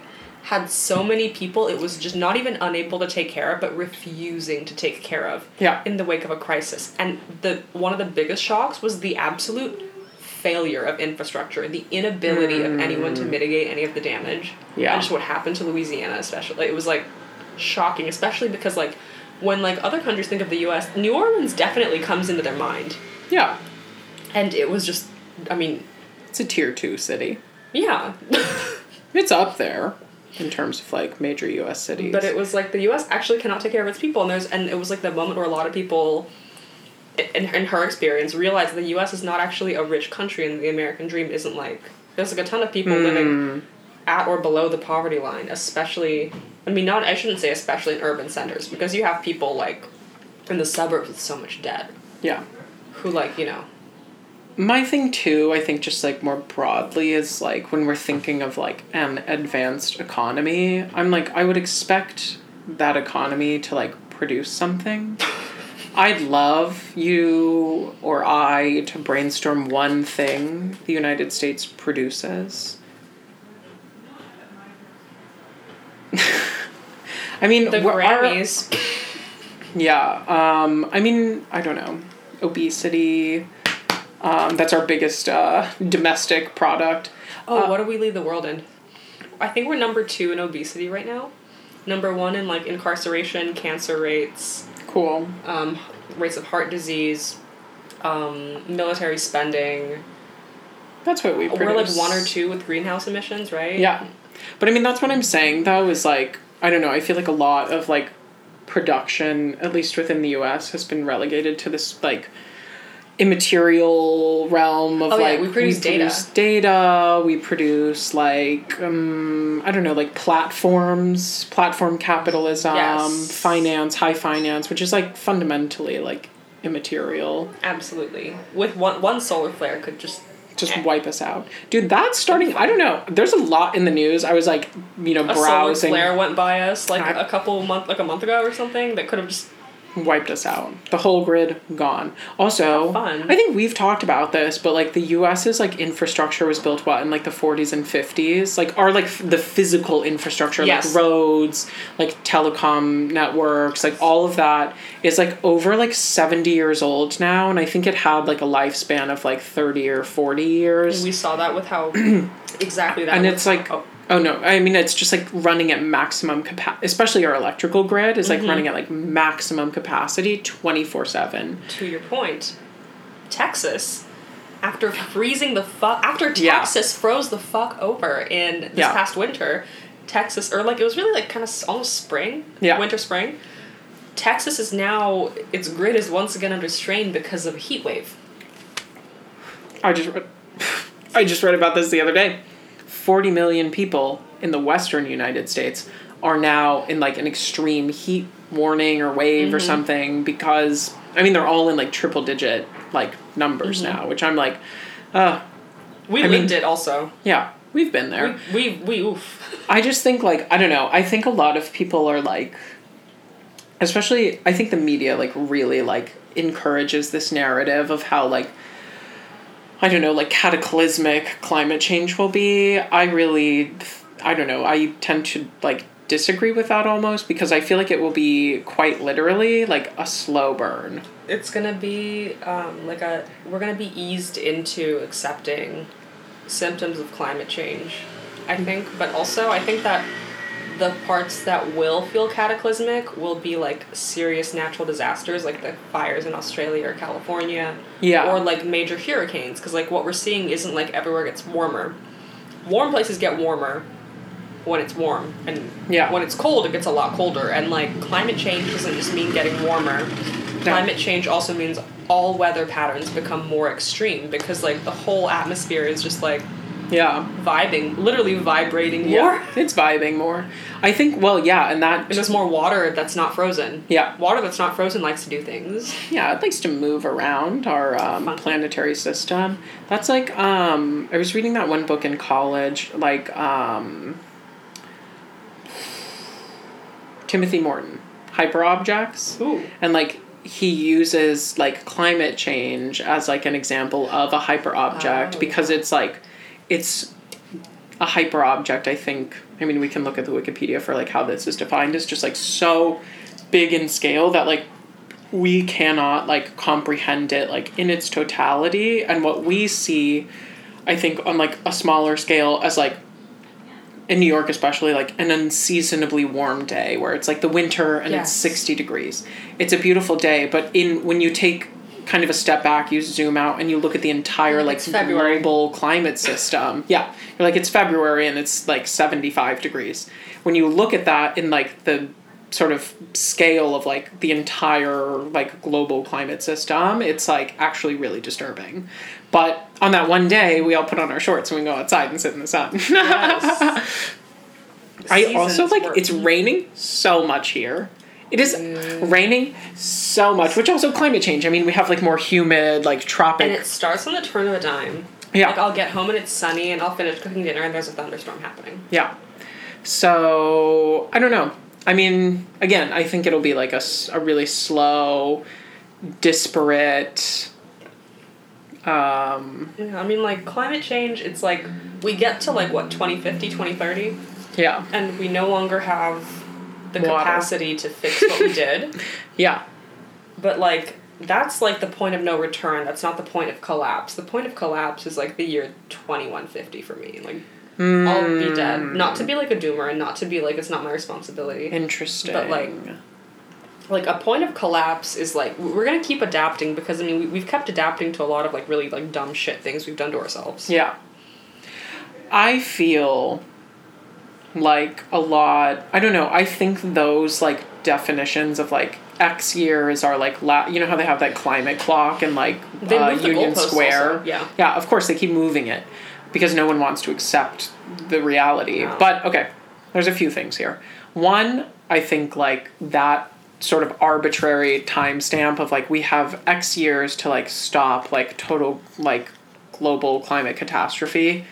[SPEAKER 1] had so many people it was just not even unable to take care of but refusing to take care of
[SPEAKER 2] Yeah.
[SPEAKER 1] in the wake of a crisis and the one of the biggest shocks was the absolute failure of infrastructure the inability of anyone to mitigate any of the damage
[SPEAKER 2] Mm. Yeah.
[SPEAKER 1] and just what happened to louisiana especially it was like shocking especially because like when like other countries think of the us new orleans definitely comes into their mind
[SPEAKER 2] Yeah.
[SPEAKER 1] and it was just i mean
[SPEAKER 2] It's a tier two city.
[SPEAKER 1] yeah [laughs]
[SPEAKER 2] It's up there in terms of like major US cities.
[SPEAKER 1] But it was like the U.S. actually cannot take care of its people, and there's and it was like the moment where a lot of people, i- in, in her experience, realized the U.S. is not actually a rich country, and the American dream isn't like there's like a ton of people living at or below the poverty line, especially. I mean, not I shouldn't say especially in urban centers because you have people like in the suburbs with so much debt
[SPEAKER 2] yeah.
[SPEAKER 1] who like you know
[SPEAKER 2] My thing too, I think just like more broadly is like when we're thinking of like an advanced economy, I'm like I would expect that economy to like produce
[SPEAKER 1] [laughs]
[SPEAKER 2] something. I'd love you or I to brainstorm one thing the United States produces. [laughs] I mean,
[SPEAKER 1] the
[SPEAKER 2] we're- our-
[SPEAKER 1] Grammys.
[SPEAKER 2] yeah. Um, I mean, I don't know. Obesity. Um, that's our biggest uh, domestic product.
[SPEAKER 1] Oh, what do we lead the world in? I think we're number two in obesity right now. Number one in like incarceration, cancer rates,
[SPEAKER 2] Cool.
[SPEAKER 1] um, rates of heart disease, um, military spending.
[SPEAKER 2] That's what we produce.
[SPEAKER 1] We're like one or two with greenhouse emissions, right?
[SPEAKER 2] Yeah. But I mean, that's what I'm saying, though, is like, I don't know. I feel like a lot of like production, at least within the US, has been relegated to this like immaterial realm of
[SPEAKER 1] Oh, yeah,
[SPEAKER 2] like
[SPEAKER 1] we produce data.
[SPEAKER 2] data, we produce like um, I don't know like platforms, platform capitalism,
[SPEAKER 1] Yes.
[SPEAKER 2] finance, high finance, which is like fundamentally like immaterial.
[SPEAKER 1] Absolutely. With one one solar flare could just
[SPEAKER 2] Just wipe us out, dude. That's starting. I don't know. There's a lot in the news. I was like, you know,
[SPEAKER 1] a
[SPEAKER 2] browsing,
[SPEAKER 1] solar flare went by us like
[SPEAKER 2] I-
[SPEAKER 1] a couple month like a month ago or something that could have just
[SPEAKER 2] wiped us out. The whole grid gone. Also,
[SPEAKER 1] Fun.
[SPEAKER 2] I think we've talked about this, but like the U.S.'s like infrastructure was built what in like the 40s and 50s. Like our like f- the physical infrastructure,
[SPEAKER 1] Yes.
[SPEAKER 2] like roads, like telecom networks, like all of that is like over like 70 years old now, and I think it had like a lifespan of like 30 or 40 years.
[SPEAKER 1] we saw that with
[SPEAKER 2] [clears throat]
[SPEAKER 1] how exactly that
[SPEAKER 2] and
[SPEAKER 1] was-
[SPEAKER 2] it's like
[SPEAKER 1] oh,
[SPEAKER 2] oh. no i mean it's just like running at maximum capacity especially our electrical grid is like
[SPEAKER 1] Mm-hmm.
[SPEAKER 2] running at like maximum capacity 24-7
[SPEAKER 1] to your point, Texas, after freezing the fuck, after
[SPEAKER 2] Yeah.
[SPEAKER 1] Texas froze the fuck over in this
[SPEAKER 2] Yeah.
[SPEAKER 1] past winter, Texas, or like it was really like kind of almost spring,
[SPEAKER 2] Yeah.
[SPEAKER 1] winter spring. Texas is now its grid is once again under strain because of a heat wave.
[SPEAKER 2] I just read, [laughs] I just read about this the other day. Forty million people in the Western United States are now in like an extreme heat warning or wave
[SPEAKER 1] Mm-hmm.
[SPEAKER 2] or something because I mean they're all in like triple digit like numbers
[SPEAKER 1] Mm-hmm.
[SPEAKER 2] now, which I'm like, uh,
[SPEAKER 1] We
[SPEAKER 2] I mean-
[SPEAKER 1] lived it also.
[SPEAKER 2] yeah, we've been there.
[SPEAKER 1] We we oof.
[SPEAKER 2] I just think like I don't know. I think a lot of people are like especially I think the media like really like encourages this narrative of how like I don't know, like cataclysmic climate change will be. I really I don't know. I tend to like disagree with that almost because I feel like it will be quite literally like a slow burn.
[SPEAKER 1] It's gonna be um, like a we're gonna be eased into accepting symptoms of climate change, I think. But also, I think that the parts that will feel cataclysmic will be like serious natural disasters, like the fires in Australia or California,
[SPEAKER 2] Yeah.
[SPEAKER 1] or like major hurricanes. Because like what we're seeing isn't like everywhere gets warmer. Warm places get warmer when it's warm, and
[SPEAKER 2] Yeah.
[SPEAKER 1] when it's cold, it gets a lot colder. And like climate change doesn't just mean getting warmer. Climate change also means all weather patterns become more extreme because like the whole atmosphere is just like
[SPEAKER 2] Yeah.
[SPEAKER 1] vibing, literally vibrating more.
[SPEAKER 2] Yeah. It's vibing more. I think, well, yeah, and that.
[SPEAKER 1] And there's more water that's not frozen.
[SPEAKER 2] Yeah.
[SPEAKER 1] Water that's not frozen likes to do things.
[SPEAKER 2] Yeah, it likes to move around our um,
[SPEAKER 1] Fun.
[SPEAKER 2] planetary system. That's like um, I was reading that one book in college, like um, Timothy Morton, Hyper Objects,
[SPEAKER 1] Ooh.
[SPEAKER 2] and like he uses like climate change as like an example of a hyper object
[SPEAKER 1] Oh,
[SPEAKER 2] because it's like it's a hyper object. I think. I mean, we can look at the Wikipedia for like how this is defined. It's just like so big in scale that like we cannot like comprehend it like in its totality and what we see i think on like a smaller scale as like in new york especially like an unseasonably warm day where it's like the winter and it's
[SPEAKER 1] Yes.
[SPEAKER 2] 60 degrees it's a beautiful day but in when you take kind of a step back you zoom out and you look at the entire like
[SPEAKER 1] It's February.
[SPEAKER 2] global climate system yeah you're like it's february and it's like 75 degrees when you look at that in like the sort of scale of like the entire like global climate system, it's like actually really disturbing. But on that one day, we all put on our shorts and we go outside and sit in the sun. [laughs]
[SPEAKER 1] Yes.
[SPEAKER 2] I also
[SPEAKER 1] Seasons
[SPEAKER 2] like
[SPEAKER 1] work.
[SPEAKER 2] it's raining so much here. It is
[SPEAKER 1] Mm.
[SPEAKER 2] raining so much, which also climate change. I mean, we have like more humid, like tropic.
[SPEAKER 1] And it starts on the turn of a dime.
[SPEAKER 2] Yeah.
[SPEAKER 1] Like I'll get home and it's sunny and I'll finish cooking dinner and there's a thunderstorm happening.
[SPEAKER 2] Yeah. So I don't know. I mean, again, I think it'll be like a, s- a really slow, disparate. Um,
[SPEAKER 1] Yeah, I mean like climate change, it's like we get to like what 2050, 2030
[SPEAKER 2] yeah,
[SPEAKER 1] and we no longer have the
[SPEAKER 2] Water.
[SPEAKER 1] capacity to fix what
[SPEAKER 2] [laughs]
[SPEAKER 1] we did.
[SPEAKER 2] yeah,
[SPEAKER 1] But like that's like the point of no return. That's not the point of collapse. The point of collapse is like the year 2150 for me. Like I'll be dead. Not to be like a doomer and not to be like it's not my responsibility.
[SPEAKER 2] interesting.
[SPEAKER 1] But, like, like a point of collapse is like w- we're gonna keep adapting because I mean we, we've kept adapting to a lot of like really like dumb shit things we've done to ourselves.
[SPEAKER 2] yeah, I feel like a lot. I don't know. I think those like definitions of like X years are like la- you know how they have that climate clock and like
[SPEAKER 1] They
[SPEAKER 2] uh,
[SPEAKER 1] moved the
[SPEAKER 2] Union
[SPEAKER 1] goalposts also,
[SPEAKER 2] Square.
[SPEAKER 1] yeah.
[SPEAKER 2] Yeah, of course they keep moving it because no one wants to accept the reality.
[SPEAKER 1] No.
[SPEAKER 2] But okay, there's a few things here. One, I think like that sort of arbitrary timestamp of like we have X years to like stop like total like global climate catastrophe.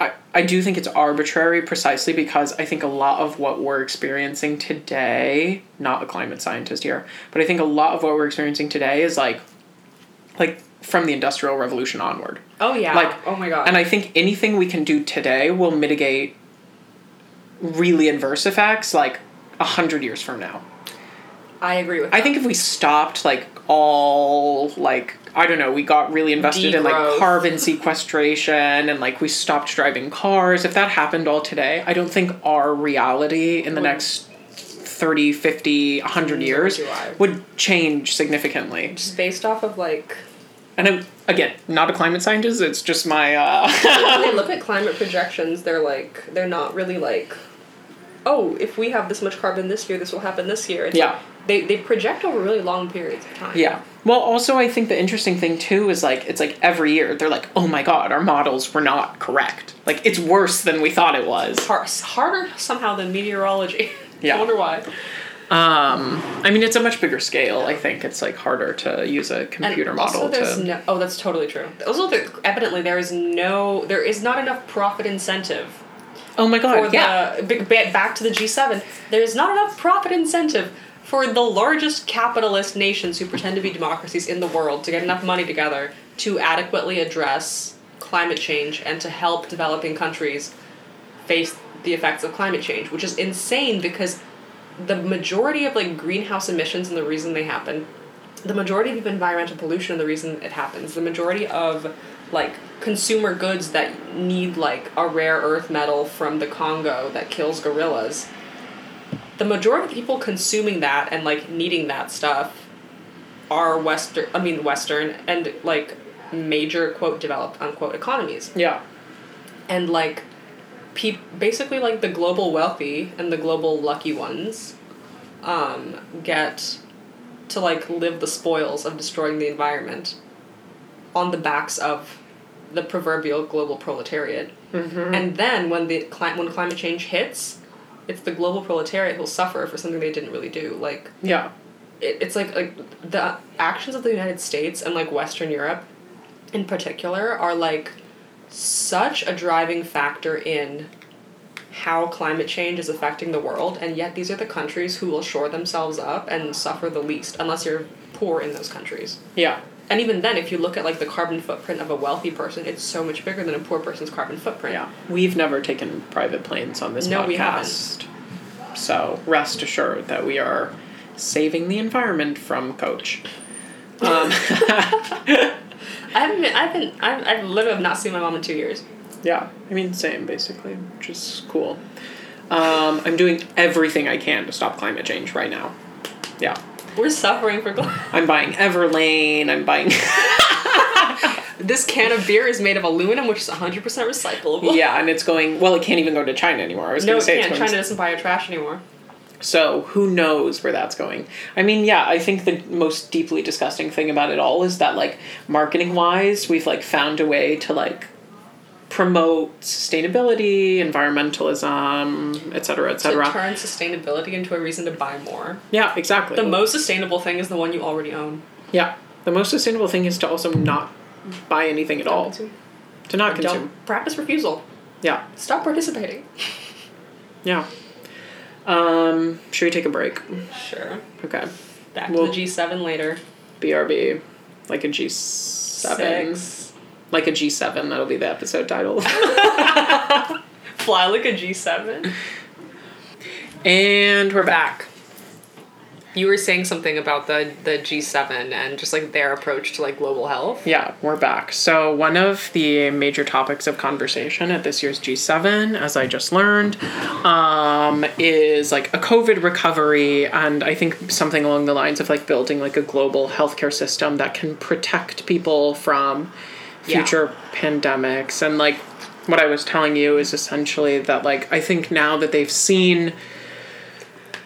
[SPEAKER 2] I, I do think it's arbitrary precisely because I think a lot of what we're experiencing today, not a climate scientist here, but I think a lot of what we're experiencing today is like like from the industrial revolution onward.
[SPEAKER 1] Oh yeah.
[SPEAKER 2] Like,
[SPEAKER 1] oh my god.
[SPEAKER 2] And I think anything we can do today will mitigate really adverse effects like a hundred years from now.
[SPEAKER 1] I agree with.
[SPEAKER 2] I
[SPEAKER 1] that.
[SPEAKER 2] think if we stopped like all like I don't know, we got really invested in like
[SPEAKER 1] Degrowth.
[SPEAKER 2] carbon sequestration and like we stopped driving cars. If that happened all today, I don't think our reality in the
[SPEAKER 1] Would-
[SPEAKER 2] next 30, 50, 100
[SPEAKER 1] Neither
[SPEAKER 2] years
[SPEAKER 1] do I.
[SPEAKER 2] would change significantly.
[SPEAKER 1] just based off of
[SPEAKER 2] [laughs]
[SPEAKER 1] like
[SPEAKER 2] And I'm, again, not a climate scientist, it's just my uh [laughs]
[SPEAKER 1] when they look at climate projections, they're like they're not really like, oh, if we have this much carbon this year, this will happen this year. It's
[SPEAKER 2] Yeah.
[SPEAKER 1] like, they they project over really long periods of time.
[SPEAKER 2] Yeah. Well, also, I think the interesting thing too is like it's like every year they're like, oh my god, our models were not correct. Like it's worse than we thought it was.
[SPEAKER 1] Har- harder somehow than meteorology. [laughs]
[SPEAKER 2] Yeah.
[SPEAKER 1] I wonder why.
[SPEAKER 2] Um, I mean, it's a much bigger scale. I think it's like harder to use a computer
[SPEAKER 1] and
[SPEAKER 2] model
[SPEAKER 1] Also, there's
[SPEAKER 2] to.
[SPEAKER 1] no. Oh, that's totally true. Also, there, evidently, there is no. There is not enough profit incentive.
[SPEAKER 2] oh my
[SPEAKER 1] For
[SPEAKER 2] god! Yeah.
[SPEAKER 1] the big ba- back to the G7, there is not enough profit incentive for the largest capitalist nations who pretend to be democracies in the world to get enough money together to adequately address climate change and to help developing countries face the effects of climate change, which is insane because the majority of like greenhouse emissions and the reason they happen the majority of environmental pollution and the reason it happens the majority of like consumer goods that need like a rare earth metal from the congo that kills gorillas the majority of people consuming that and like needing that stuff are western i mean western and like major quote developed unquote economies
[SPEAKER 2] Yeah.
[SPEAKER 1] and like peop basically like the global wealthy and the global lucky ones um, get to like live the spoils of destroying the environment on the backs of the proverbial global proletariat. And then when the cli- when climate change hits, it's the global proletariat who'll suffer for something they didn't really do. Like
[SPEAKER 2] Yeah.
[SPEAKER 1] it, it's like like the actions of the United States and like Western Europe in particular are like such a driving factor in how climate change is affecting the world and yet these are the countries who will shore themselves up and suffer the least unless you're poor in those countries
[SPEAKER 2] Yeah.
[SPEAKER 1] and even then if you look at like the carbon footprint of a wealthy person it's so much bigger than a poor person's carbon footprint
[SPEAKER 2] Yeah. We've never taken private planes on this
[SPEAKER 1] No,
[SPEAKER 2] podcast.
[SPEAKER 1] we
[SPEAKER 2] So rest assured that we are saving the environment from coach. Um,
[SPEAKER 1] i haven't been, i've been I've, I've literally have not seen my mom in two years
[SPEAKER 2] yeah. I mean, same basically, which is cool. Um, I'm doing everything I can to stop climate change right now. Yeah.
[SPEAKER 1] we're suffering for gl- [laughs]
[SPEAKER 2] I'm buying Everlane. I'm buying. [laughs]
[SPEAKER 1] this can of beer is made of aluminum which is 100% recyclable
[SPEAKER 2] yeah, and it's going. Well, it can't even go to China anymore. I was
[SPEAKER 1] No,
[SPEAKER 2] going
[SPEAKER 1] it
[SPEAKER 2] to say
[SPEAKER 1] can't.
[SPEAKER 2] it's going
[SPEAKER 1] China doesn't buy our trash anymore.
[SPEAKER 2] So who knows where that's going? I mean, yeah, I think the most deeply disgusting thing about it all is that like marketing wise, we've like found a way to like promote sustainability, environmentalism, et cetera,
[SPEAKER 1] To
[SPEAKER 2] et cetera.
[SPEAKER 1] turn sustainability into a reason to buy more.
[SPEAKER 2] yeah, exactly.
[SPEAKER 1] The most sustainable thing is the one you already own.
[SPEAKER 2] yeah, the most sustainable thing is to also not buy anything at all, to not consume.
[SPEAKER 1] Don't practice refusal.
[SPEAKER 2] Yeah,
[SPEAKER 1] Stop participating.
[SPEAKER 2] yeah. Um, should we take a break?
[SPEAKER 1] Sure.
[SPEAKER 2] Okay.
[SPEAKER 1] Back
[SPEAKER 2] Well-
[SPEAKER 1] to the G7 later.
[SPEAKER 2] BRB, like a G seven,
[SPEAKER 1] Six.
[SPEAKER 2] like a G seven. That'll be the episode title. [laughs]
[SPEAKER 1] Fly like a G7.
[SPEAKER 2] [laughs] And we're back.
[SPEAKER 1] You were saying something about the, the G7 and just like their approach to like global health.
[SPEAKER 2] Yeah, we're back. So, one of the major topics of conversation at this year's G7, as I just learned, um, is like a COVID recovery, and I think something along the lines of like building like a global healthcare system that can protect people from
[SPEAKER 1] Yeah.
[SPEAKER 2] future pandemics. And like what I was telling you is essentially that like I think now that they've seen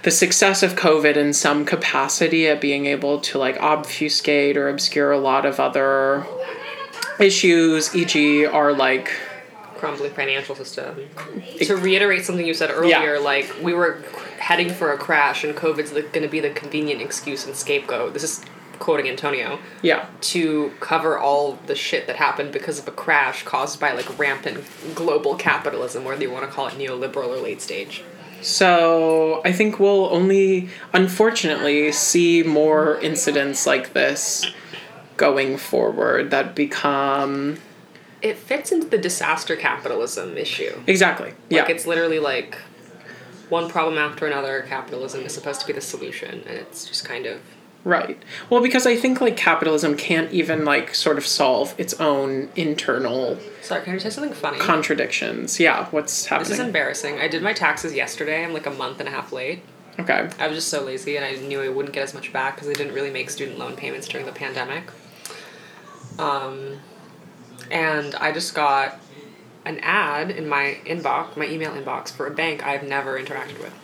[SPEAKER 2] the success of COVID in some capacity at being able to like obfuscate or obscure a lot of other issues, e.g., are like
[SPEAKER 1] Crumbling financial system. To reiterate something you said earlier, like we were heading for a crash and COVID's going to be the convenient excuse and scapegoat. This is quoting Antonio.
[SPEAKER 2] yeah,
[SPEAKER 1] to cover all the shit that happened because of a crash caused by like rampant global capitalism, whether you want to call it neoliberal or late stage.
[SPEAKER 2] So I think we'll only, unfortunately, see more incidents like this going forward that become
[SPEAKER 1] It fits into the disaster capitalism issue.
[SPEAKER 2] exactly yeah
[SPEAKER 1] Like it's literally like one problem after another. Capitalism is supposed to be the solution, and it's just kind of
[SPEAKER 2] right well because i think like capitalism can't even like sort of solve its own internal
[SPEAKER 1] sorry. Can I say something funny?
[SPEAKER 2] contradictions yeah what's
[SPEAKER 1] this is
[SPEAKER 2] happening
[SPEAKER 1] embarrassing. I did my taxes yesterday. I'm like a month and a half late.
[SPEAKER 2] okay
[SPEAKER 1] I was just so lazy and I knew I wouldn't get as much back because I didn't really make student loan payments during the pandemic. Um, and I just got an ad in my inbox, my email inbox, for a bank I've never interacted with.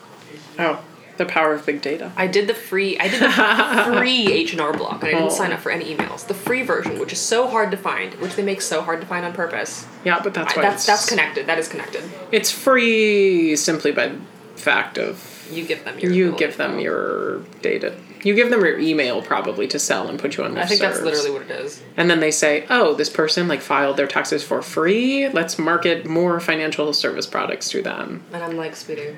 [SPEAKER 2] oh the power of big data
[SPEAKER 1] I did the free, I did
[SPEAKER 2] [laughs]
[SPEAKER 1] the free H and R Block, and I didn't
[SPEAKER 2] Oh.
[SPEAKER 1] sign up for any emails. The free version, which is so hard to find, which they make so hard to find on purpose.
[SPEAKER 2] yeah but that's
[SPEAKER 1] I,
[SPEAKER 2] why
[SPEAKER 1] that's
[SPEAKER 2] it's,
[SPEAKER 1] that's connected. That is connected.
[SPEAKER 2] it's free simply by fact of
[SPEAKER 1] You give them your.
[SPEAKER 2] You
[SPEAKER 1] little
[SPEAKER 2] give them
[SPEAKER 1] info.
[SPEAKER 2] your data. You give them your email probably to sell and put you on their
[SPEAKER 1] I think that's
[SPEAKER 2] serves.
[SPEAKER 1] literally what it is.
[SPEAKER 2] And then they say, "Oh, this person like filed their taxes for free. Let's market more financial service products to them."
[SPEAKER 1] And I'm like, speeding.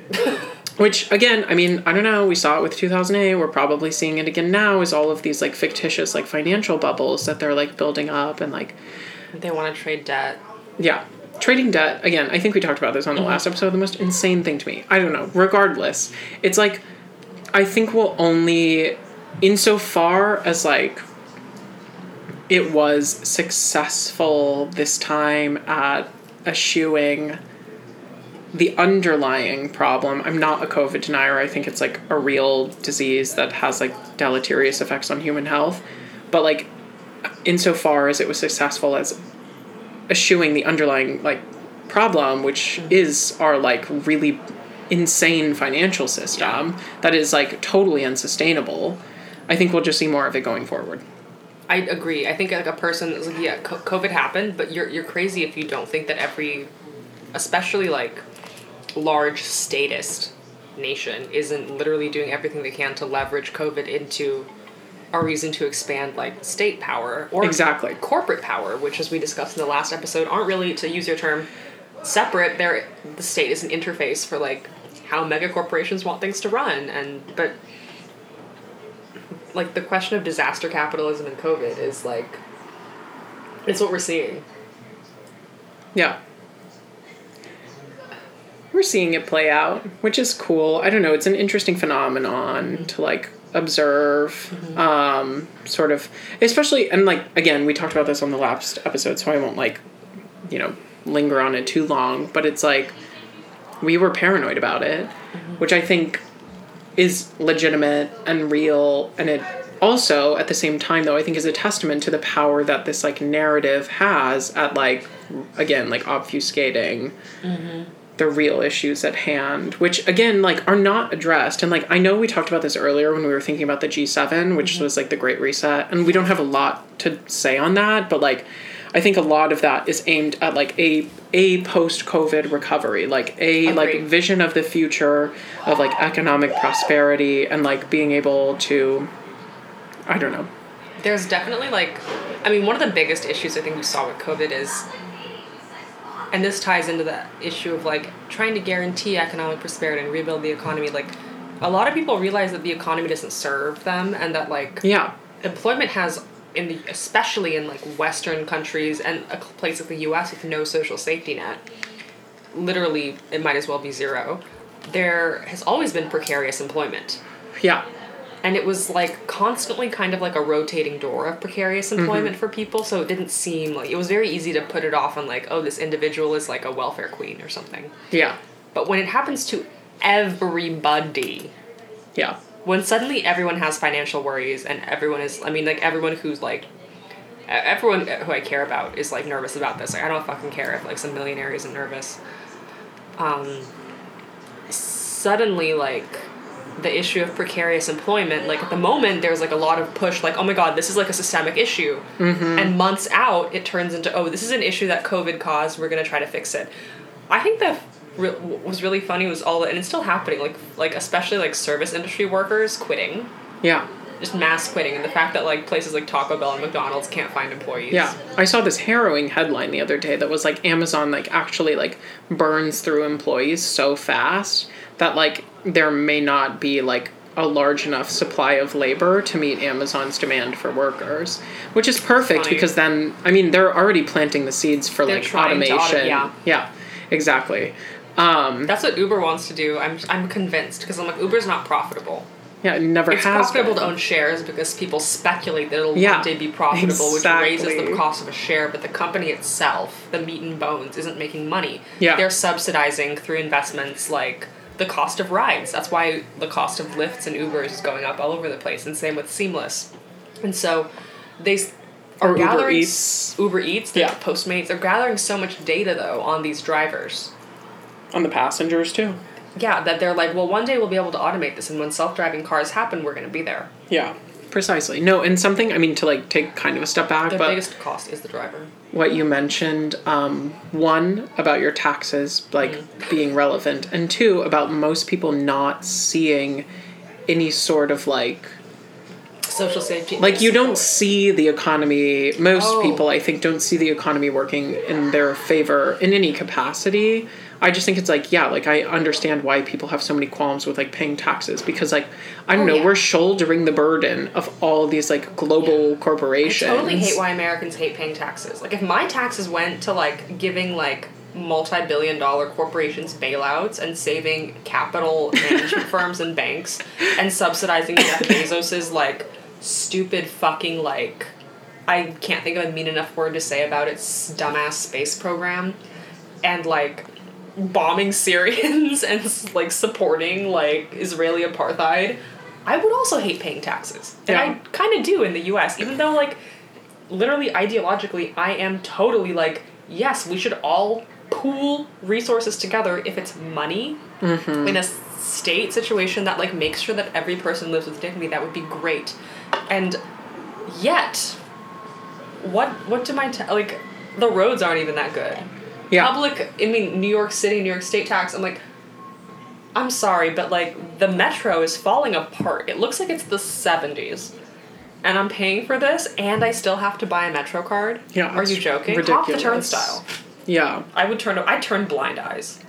[SPEAKER 2] Which again, I mean, I don't know, we saw it with 2008, we're probably seeing it again now is all of these like fictitious like financial bubbles that they're like building up and like
[SPEAKER 1] [laughs] they want to trade debt.
[SPEAKER 2] yeah. Trading debt, again, I think we talked about this on the last episode, the most insane thing to me. I don't know. Regardless, it's like, I think we'll only, insofar as like, it was successful this time at eschewing the underlying problem. I'm not a COVID denier. I think it's like a real disease that has like deleterious effects on human health. But like, insofar as it was successful as eschewing the underlying like problem, which is our like really insane financial system that is like totally unsustainable. I think we'll just see more of it going forward.
[SPEAKER 1] I agree. I think like a person that's like, yeah, co- COVID happened, but you're you're crazy if you don't think that every, especially like, large statist nation isn't literally doing everything they can to leverage COVID into a reason to expand like state power or
[SPEAKER 2] Exactly.
[SPEAKER 1] corporate power, which as we discussed in the last episode, aren't really to use your term separate. They're the state is an interface for like how mega corporations want things to run and but like the question of disaster capitalism and COVID is like it's what we're seeing.
[SPEAKER 2] Yeah. We're seeing it play out, which is cool. I don't know, it's an interesting phenomenon to like observe um sort of especially and like again, we talked about this on the last episode, so I won't like you know, linger on it too long, but it's like we were paranoid about it, which I think is legitimate and real and it also at the same time though i think is a testament to the power that this like narrative has at like again like obfuscating the real issues at hand which again like are not addressed and like i know we talked about this earlier when we were thinking about the g7 which was like the great reset and we don't have a lot to say on that but like i think a lot of that is aimed at like a a post covid recovery like a like
[SPEAKER 1] Agreed.
[SPEAKER 2] vision of the future of like economic prosperity and like being able to i don't know
[SPEAKER 1] There's definitely like I mean one of the biggest issues I think we saw with COVID is and this ties into the issue of like trying to guarantee economic prosperity and rebuild the economy like a lot of people realize that the economy doesn't serve them and that like
[SPEAKER 2] yeah
[SPEAKER 1] employment has in the especially in like western countries and a place like the US with no social safety net literally it might as well be zero there has always been precarious employment
[SPEAKER 2] yeah
[SPEAKER 1] and it was like constantly kind of like a rotating door of precarious employment for people so it didn't seem like it was very easy to put it off on like oh this individual is like a welfare queen or something
[SPEAKER 2] yeah
[SPEAKER 1] but when it happens to everybody
[SPEAKER 2] yeah
[SPEAKER 1] when suddenly everyone has financial worries and everyone is i mean like everyone who's like e- everyone who i care about is like nervous about this like i don't fucking care if like some millionaire isn't nervous um suddenly like the issue of precarious employment like at the moment there's like a lot of push like oh my god this is like a systemic issue and months out it turns into oh this is an issue that covid caused we're going to try to fix it i think that re- what was really funny was all and it's still happening like like especially like service industry workers quitting
[SPEAKER 2] yeah
[SPEAKER 1] just mass quitting and the fact that like places like taco bell and mcdonald's can't find employees
[SPEAKER 2] Yeah, I saw this harrowing headline the other day that was like Amazon like actually like burns through employees so fast that like there may not be like a large enough supply of labor to meet Amazon's demand for workers, which is perfect
[SPEAKER 1] Funny.
[SPEAKER 2] because then I mean they're already planting the seeds for
[SPEAKER 1] They're
[SPEAKER 2] like
[SPEAKER 1] trying to auto-
[SPEAKER 2] automation.
[SPEAKER 1] yeah.
[SPEAKER 2] yeah, exactly. Um,
[SPEAKER 1] that's what uber wants to do i'm i'm convinced because i'm like uber's not profitable
[SPEAKER 2] yeah, it never
[SPEAKER 1] it's
[SPEAKER 2] has
[SPEAKER 1] profitable
[SPEAKER 2] been.
[SPEAKER 1] to own shares because people speculate that it'll
[SPEAKER 2] Yeah,
[SPEAKER 1] one day be profitable, which raises
[SPEAKER 2] exactly.
[SPEAKER 1] the cost of a share. But the company itself, the meat and bones, isn't making money.
[SPEAKER 2] Yeah.
[SPEAKER 1] they're subsidizing through investments like the cost of rides. That's why the cost of lifts and Ubers is going up all over the place, and same with Seamless. And so they s- are
[SPEAKER 2] Or Uber
[SPEAKER 1] gathering
[SPEAKER 2] Eats.
[SPEAKER 1] Uber Eats, the
[SPEAKER 2] Yeah.
[SPEAKER 1] Postmates. They're gathering so much data though on these drivers
[SPEAKER 2] on the passengers too.
[SPEAKER 1] yeah, that they're like, well, one day we'll be able to automate this, and when self-driving cars happen, we're going to be there.
[SPEAKER 2] Yeah, precisely. No, and something I mean to like take kind of a step back,
[SPEAKER 1] The
[SPEAKER 2] but
[SPEAKER 1] biggest cost is the driver.
[SPEAKER 2] what you mentioned um, one about your taxes like
[SPEAKER 1] Mm.
[SPEAKER 2] being relevant and two about most people not seeing any sort of like
[SPEAKER 1] social safety.
[SPEAKER 2] like you don't see the economy most
[SPEAKER 1] Oh.
[SPEAKER 2] people i think don't see the economy working in their favor in any capacity i just think it's like yeah like i understand why people have so many qualms with like paying taxes because like i don't
[SPEAKER 1] Oh,
[SPEAKER 2] know
[SPEAKER 1] yeah.
[SPEAKER 2] we're shouldering the burden of all these like global corporations
[SPEAKER 1] totally hate why Americans hate paying taxes. Like if my taxes went to like giving like multi-billion dollar corporations bailouts and saving
[SPEAKER 2] [laughs]
[SPEAKER 1] capital management firms and banks and subsidizing Jeff Bezos's like stupid fucking like I can't think of a mean enough word to say about its dumbass space program and like bombing Syrians [laughs] and like supporting like Israeli apartheid, I would also hate paying taxes. And
[SPEAKER 2] Yeah.
[SPEAKER 1] I kind of do in the US, even though like literally ideologically I am totally like yes, we should all pool resources together if it's money in a state situation that like makes sure that every person lives with dignity that would be great. And yet what what do my ta- like the roads aren't even that good.
[SPEAKER 2] Yeah.
[SPEAKER 1] Public, I mean New York City, New York State tax. I'm like I'm sorry, but like the metro is falling apart. It looks like it's the 70s. And I'm paying for this and I still have to buy a metro card?
[SPEAKER 2] Yeah,
[SPEAKER 1] Are you
[SPEAKER 2] it's
[SPEAKER 1] joking? Off the
[SPEAKER 2] ridiculous.
[SPEAKER 1] turnstile.
[SPEAKER 2] Yeah.
[SPEAKER 1] I would turn I turn blind eyes.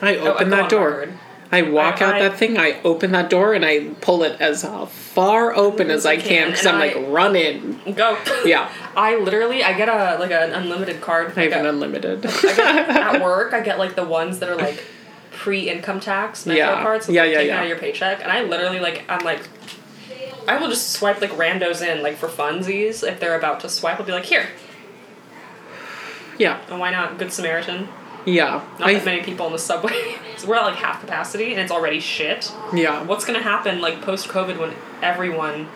[SPEAKER 2] I open
[SPEAKER 1] Oh, go on
[SPEAKER 2] that door.
[SPEAKER 1] record.
[SPEAKER 2] I walk
[SPEAKER 1] I-
[SPEAKER 2] out
[SPEAKER 1] I-
[SPEAKER 2] that thing. I open that door and I pull it as uh, far open as I
[SPEAKER 1] you
[SPEAKER 2] can
[SPEAKER 1] can,
[SPEAKER 2] because
[SPEAKER 1] and
[SPEAKER 2] I'm
[SPEAKER 1] I-
[SPEAKER 2] like, run in.
[SPEAKER 1] Go.
[SPEAKER 2] Yeah.
[SPEAKER 1] [laughs] I literally I get a like an unlimited card.
[SPEAKER 2] I have
[SPEAKER 1] like
[SPEAKER 2] an
[SPEAKER 1] a-
[SPEAKER 2] unlimited. [laughs]
[SPEAKER 1] I get, at work, I get like the ones that are like pre-income tax metro
[SPEAKER 2] Yeah.
[SPEAKER 1] cards.
[SPEAKER 2] Yeah,
[SPEAKER 1] like,
[SPEAKER 2] yeah,
[SPEAKER 1] taken
[SPEAKER 2] yeah.
[SPEAKER 1] Out of your paycheck, and I literally like I'm like, I will just swipe like randos in like for funsies if they're about to swipe. I'll be like, here,
[SPEAKER 2] yeah.
[SPEAKER 1] and why not? Good Samaritan.
[SPEAKER 2] Yeah.
[SPEAKER 1] Not
[SPEAKER 2] I,
[SPEAKER 1] that many people on the subway. [laughs] so we're at like half capacity, and it's already shit.
[SPEAKER 2] yeah.
[SPEAKER 1] What's gonna happen like post COVID when everyone?